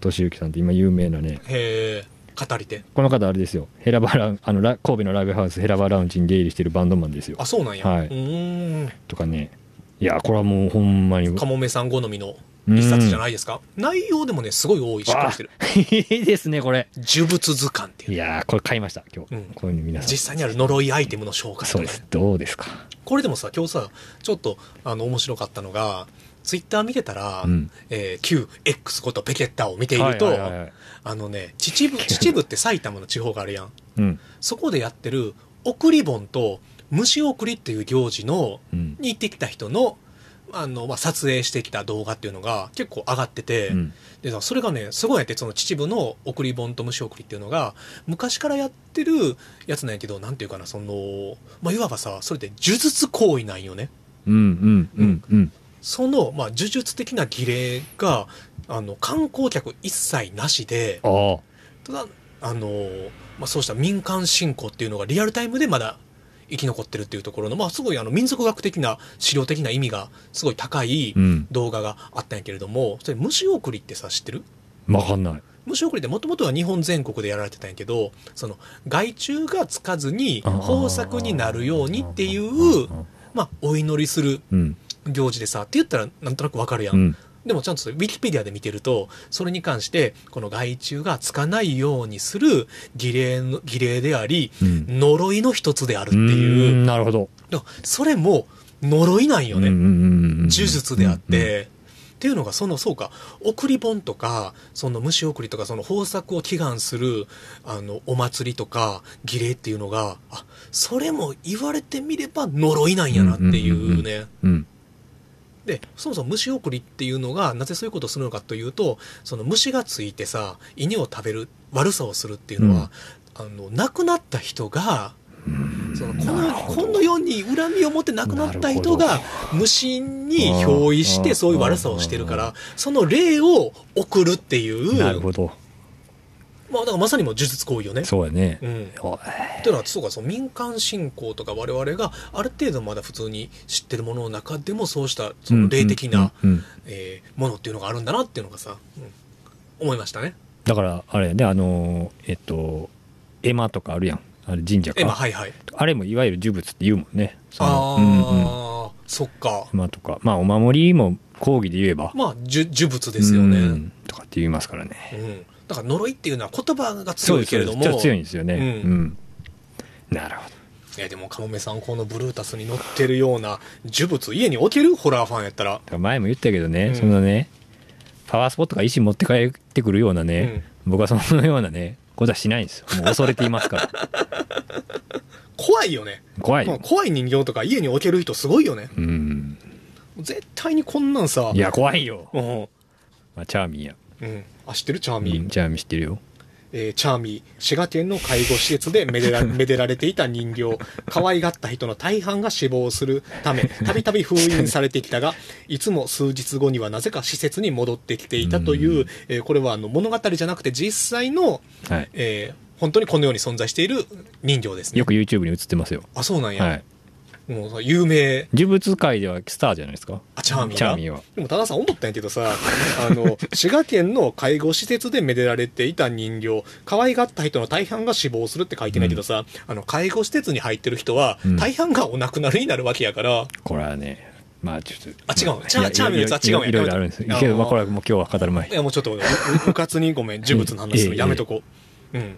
俊之さんって今有名なね、
へー語り手。
この方あれですよ、ヘラバラウン、あの、ラ神戸のライブハウスヘラバラウンジに出入りしてるバンドマンですよ
あ、。そうなんや。
はいう
ーん。
とかね、いや、これはもうほんまに。
かもめさん好みの一冊じゃないですか。内容でもね、すごい多い、しっかりしてる。
あ いいですね、これ。
呪物図鑑っていう
い
ね。
やー、これ買いました、今日。
うん
こういうの皆さん。
実際にある呪いアイテムの紹介
そ
と
う
か
で
ね。
す。どうですか。
これでもさ、今日さ、ちょっと、あの、面白かったのが、ツイッター見てたら、
うん
えー、旧 X ことペケッタを見ていると、
はいはいはいはい
あのね、秩父、秩父って埼玉の地方があるやん。
うん。
そこでやってる、送り盆と虫送りっていう行事の、
うん。
に行ってきた人の、あの、まあ、撮影してきた動画っていうのが結構上がってて、
うん
でさそれがね、すごいやって、その秩父の送り盆と虫送りっていうのが、昔からやってるやつなんやけど、なんていうかな、その、まあ、いわばさ、それって呪術行為なんよね。
うん。うん。うん。
その、まあ、呪術的な儀礼が、あの、観光客一切なしで、
ああ。
ただ、あの、まあ、そうした民間信仰っていうのがリアルタイムでまだ生き残ってるっていうところの、まあ、すごいあの、民族学的な、資料的な意味がすごい高い
うん。
動画があったんやけれども、それ、虫送りってさ、知ってる
わかんない。
虫送りってもともとは日本全国でやられてたんやけどその害虫がつかずに豊作になるようにっていうまあお祈りする
うん。
行事でさって言ったらなんとなくわかるやん、
うん。
でもちゃんとそれウィキペディアで見てるとそれに関してこの害虫がつかないようにする儀礼の儀礼であり
うん。
呪いの一つであるっ
う
て
ー
いうん
なるほど。
だからそれも呪いなんよね、
うんうんうんうんうん
呪術であっ。て、っていうのがそのそうか送り本とかその虫送りとかその豊作を祈願するあのお祭りとか儀礼っていうのがあそれも言われてみれば呪いなんやなっていうね、
うんうんうん。
でそもそも虫送りっていうのがなぜそういうことをするのかというとその虫がついてさ稲を食べる悪さをするっていうのは、あの亡くなった人がそのこ
なる
の
ほど
この世に恨みを持って亡くなった人
な
が
る
虫に憑依し
あー
てそういう悪さをしてるからその霊を送るっていう
なるほど。
まあ、だからまさにもう呪術行為よね。
そうやね
う。ん
おい
というのはそうかそう民間信仰とか我々がある程度まだ普通に知ってるものの中でもそうしたその霊的な、
うんうんうんうん
えーものっていうのがあるんだなっていうのがさ、うん思いましたね。
だから、あれで、あのー、えっと、絵馬とかあるやん。あれ神社
え、まあ、
か。
はいはい。
あれもいわゆる呪物って言うもんね。その
ああ、
うんうん
そっか。
絵馬とか。まあ、お守りも講義で言えば。
まあ、呪呪物ですよね、う
うんん。とかって言いますからね。
だから呪いっていうのは言葉が
そ
強
うで
い
す
けれども。
そうです強いんですよね。
う
うんん。なるほ
いや、でも、カモメさん、このブルータスに載ってるような呪物、家に置けるホラーファンやったら。
ど。前も言ったけどね、
うん
そのね、パワースポットが石持って帰ってくるようなね、僕はそのようなね、ことはしないんですよ。もう恐れていますから。
怖いよね。
怖い
まあ
よ。
怖い人形とか家に置ける人すごいよね。
うん。
絶対にこんなんさ。
いや、怖いよ。
うん。
まあ、チャーミーや。
うん。あ、知ってるチャー
う
ミー。
んチャーミー知ってるよ。
えーチャーミー、滋賀県の介護施設でめ でらめでられていた人形、可愛がった人の大半が死亡するため、たびたび封印されてきたが、いつも数日後にはなぜか施設に戻ってきていたという、えーこれはあの物語じゃなくて実際の、
はい。
えー本当にこのように存在している人形ですね。
よく YouTube に映ってますよ。
あ、そうなんや。
はい。
もうさ有名、
呪物界ではスターじゃないですか。
あ、チャーミー
チャ
が
ーミーは。
でも、多田さん思ったんやけどさ、あ の、滋賀県の介護施設でめでられていた人形、可愛がった人の大半が死亡するって書いてないけどさ、あの、介護施設に入ってる人は
う、ん
大半がお亡くなりになるわけやから、
これはね、まあ、ちょっと。
あ違うの
ま
チャー
いや
チャーミーのやつはい
ろ
違うんや
いろいろいろあるんです
あ
よ。
ー
けど、まあ、これはもう今日は語る前
い。 や、もうちょっと、ううかつにごめん、呪物の話する。
ええ
やめとこう。うん。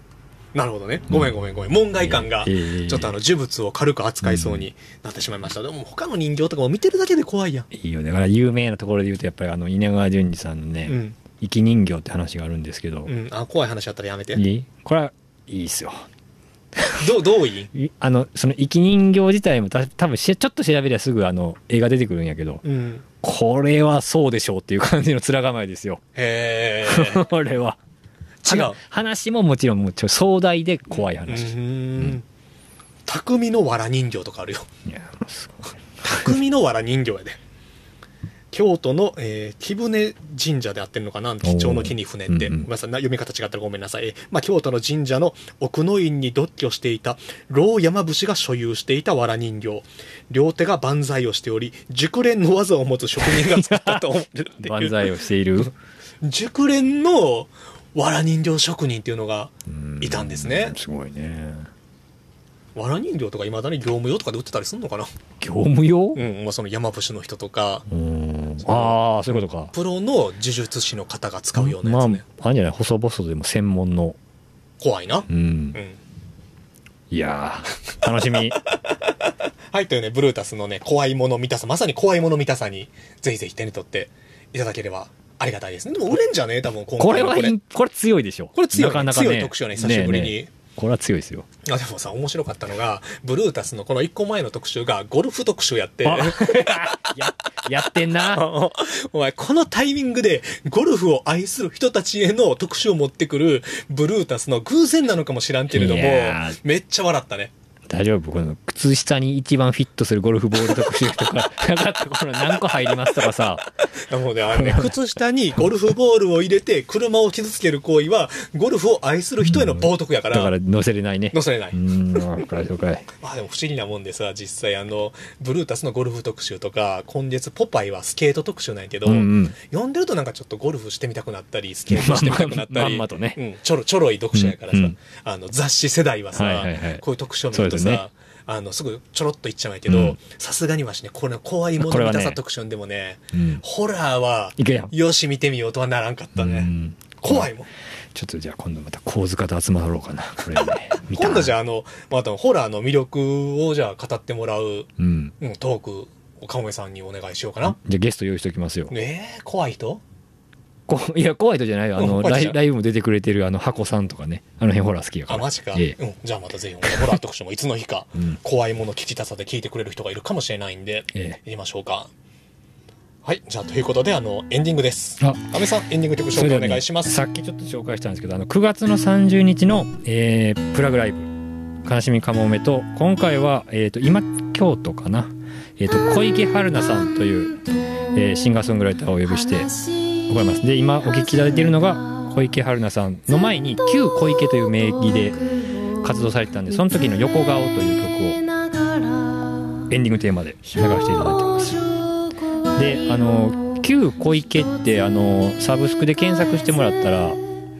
なるほどね。ごめんごめんごめん。門外観が、
ええええええ
ちょっとあの、呪物を軽く扱いそうになってしまいました。でも、他の人形とかも見てるだけで怖いやん。
いいよねだから有名なところで言うとやっぱりあの稲川淳二さんのね、
うん。
生き人形って話があるんですけど、
うん。あ、怖い話あったらやめて。
いいこれはいいっすよ
どう、どういい
いあのその生き人形自体もた多分しちょっと調べりゃすぐあの絵が出てくるんやけど
うん。
これはそうでしょうっていう感じの面構えですよ
へえ。
これは
違う
は。話ももちろんもうちょ壮大で怖い話、
うん。匠の藁人形とかあるよ。
いやもうすごい
匠の藁人形やで。京都の、えー、木舟神社であってるのかな貴重の木に船って。
うんうん
ごめんなさい。な読み方違ったらごめんなさい。えーまあ、京都の神社の奥の院に独居していた、老山伏が所有していた藁人形。両手が万歳をしており、熟練の技を持つ職人が作ったと思ってるって
万
いう。
歳をしている
熟練の藁人形職人っていうのがいたんですね。
すごいね
わら人形とかいまだに業務用とかで売ってたりすんのかな
業務用
うん、まあ、その山伏の人とか、
うん。ああ、そういうことか。
プロの呪術師の方が使うような
ま
や
あ、あ
つ
ん
ね。
じゃない、細々とでも専門の。
怖いな
う。ん
う。ん。
いやー、楽 しみ。
はい、というね、ブルータスのね、怖いもの見たさ、まさに怖いもの見たさに、ぜひぜひ手に取っていただければありがたいですね。でも売れんじゃねえ多分今
こ
回
れ
の
は、これ強いでしょ。
これ強い
なかなかね。
強い特集はね久しぶりに
ねえねえこれは強いですよ。
あでもさ、面白かったのが、ブルータスのこの1個前の特集がゴルフ特集やって、
あ や、やってんな。
お前、このタイミングでゴルフを愛する人たちへの特集を持ってくるブルータスの偶然なのかもしらんけれども
いやー、
めっちゃ笑ったね。
大丈夫この靴下に一番フィットするゴルフボール特集 とか、なかったこの何個入りますとかさ。
なので、あのね、靴下にゴルフボールを入れて車を傷つける行為は、ゴルフを愛する人への冒涜やか、
だからら乗せれないね。。
乗せれないう
ーん、これ了解。
まあでも不思議なもんでさ、実際あの、ブルータスのゴルフ特集とか、今月ポパイはスケート特集なんやけど、
うんうん
読んでるとなんかちょっとゴルフしてみたくなったり、スケートしてみたくなったり、
まんままんまとね
うん、ちょろ、ちょろい読者やからさ、
うんうん
あの、雑誌世代はさ、
はいはいはい
こういう特集を見るとさ、
そうですね
あの、すぐちょろっといっちゃうんやけ
う
ど
ん、
さすがにわしね、これの怖いも
こ
の
れ
見
はね
たさ特集でもね、
うん
ホラーはい
けやん
よし見てみようとはならんかった
う
ね
ん。
怖いもん。
ちょっとじゃあ今度また小塚と集まろうかな。これね。見た
今度じゃああの、またホラーの魅力をじゃあ語ってもらう
うん。
うん、トーク、岡梅さんにお願いしようかな。
じゃあゲスト用意しておきますよ。
ねえ、怖い人
こいや、怖い人じゃないよ。あ
う
の、
ん怖い人
ラ
じゃ
イ
ない
ライブも出てくれてるあの、箱さんとかね。あの辺ホラー好きやか
あ、
ら。
マジか。
ええ
うん。じゃあまたぜひ、ホラー特集もいつの日か、
うん
怖いもの聞きたさで聞いてくれる人がいるかもしれないんで、
ええ
言いましょうか。はい。じゃあ、ということで、あの、エンディングです。
あ
安部さん、エンディング曲紹介お願いしま
そ
す。
れではねさっきちょっと紹介したんですけどあの9月の30日の、えープラグライブ「悲しみかもめ」と今回は、えー、と今京都かな、えー、と小池春菜さんという、えーシンガーソングライターをお呼びして行いますで今お聴きいただいているのが小池春菜さんの前に「旧小池」という名義で活動されてたんでその時の「横顔」という曲をエンディングテーマで流していただいてますであの旧小池ってあのサブスクで検索してもらったら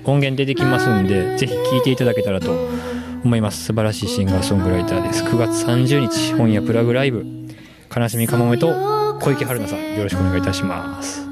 音源出てきますんでぜひ聴いていただけたらと思います素晴らしいシンガーソングライターです9月30日本屋プラグライブ「悲しみかもめ」と小池春菜さんよろしくお願いいたします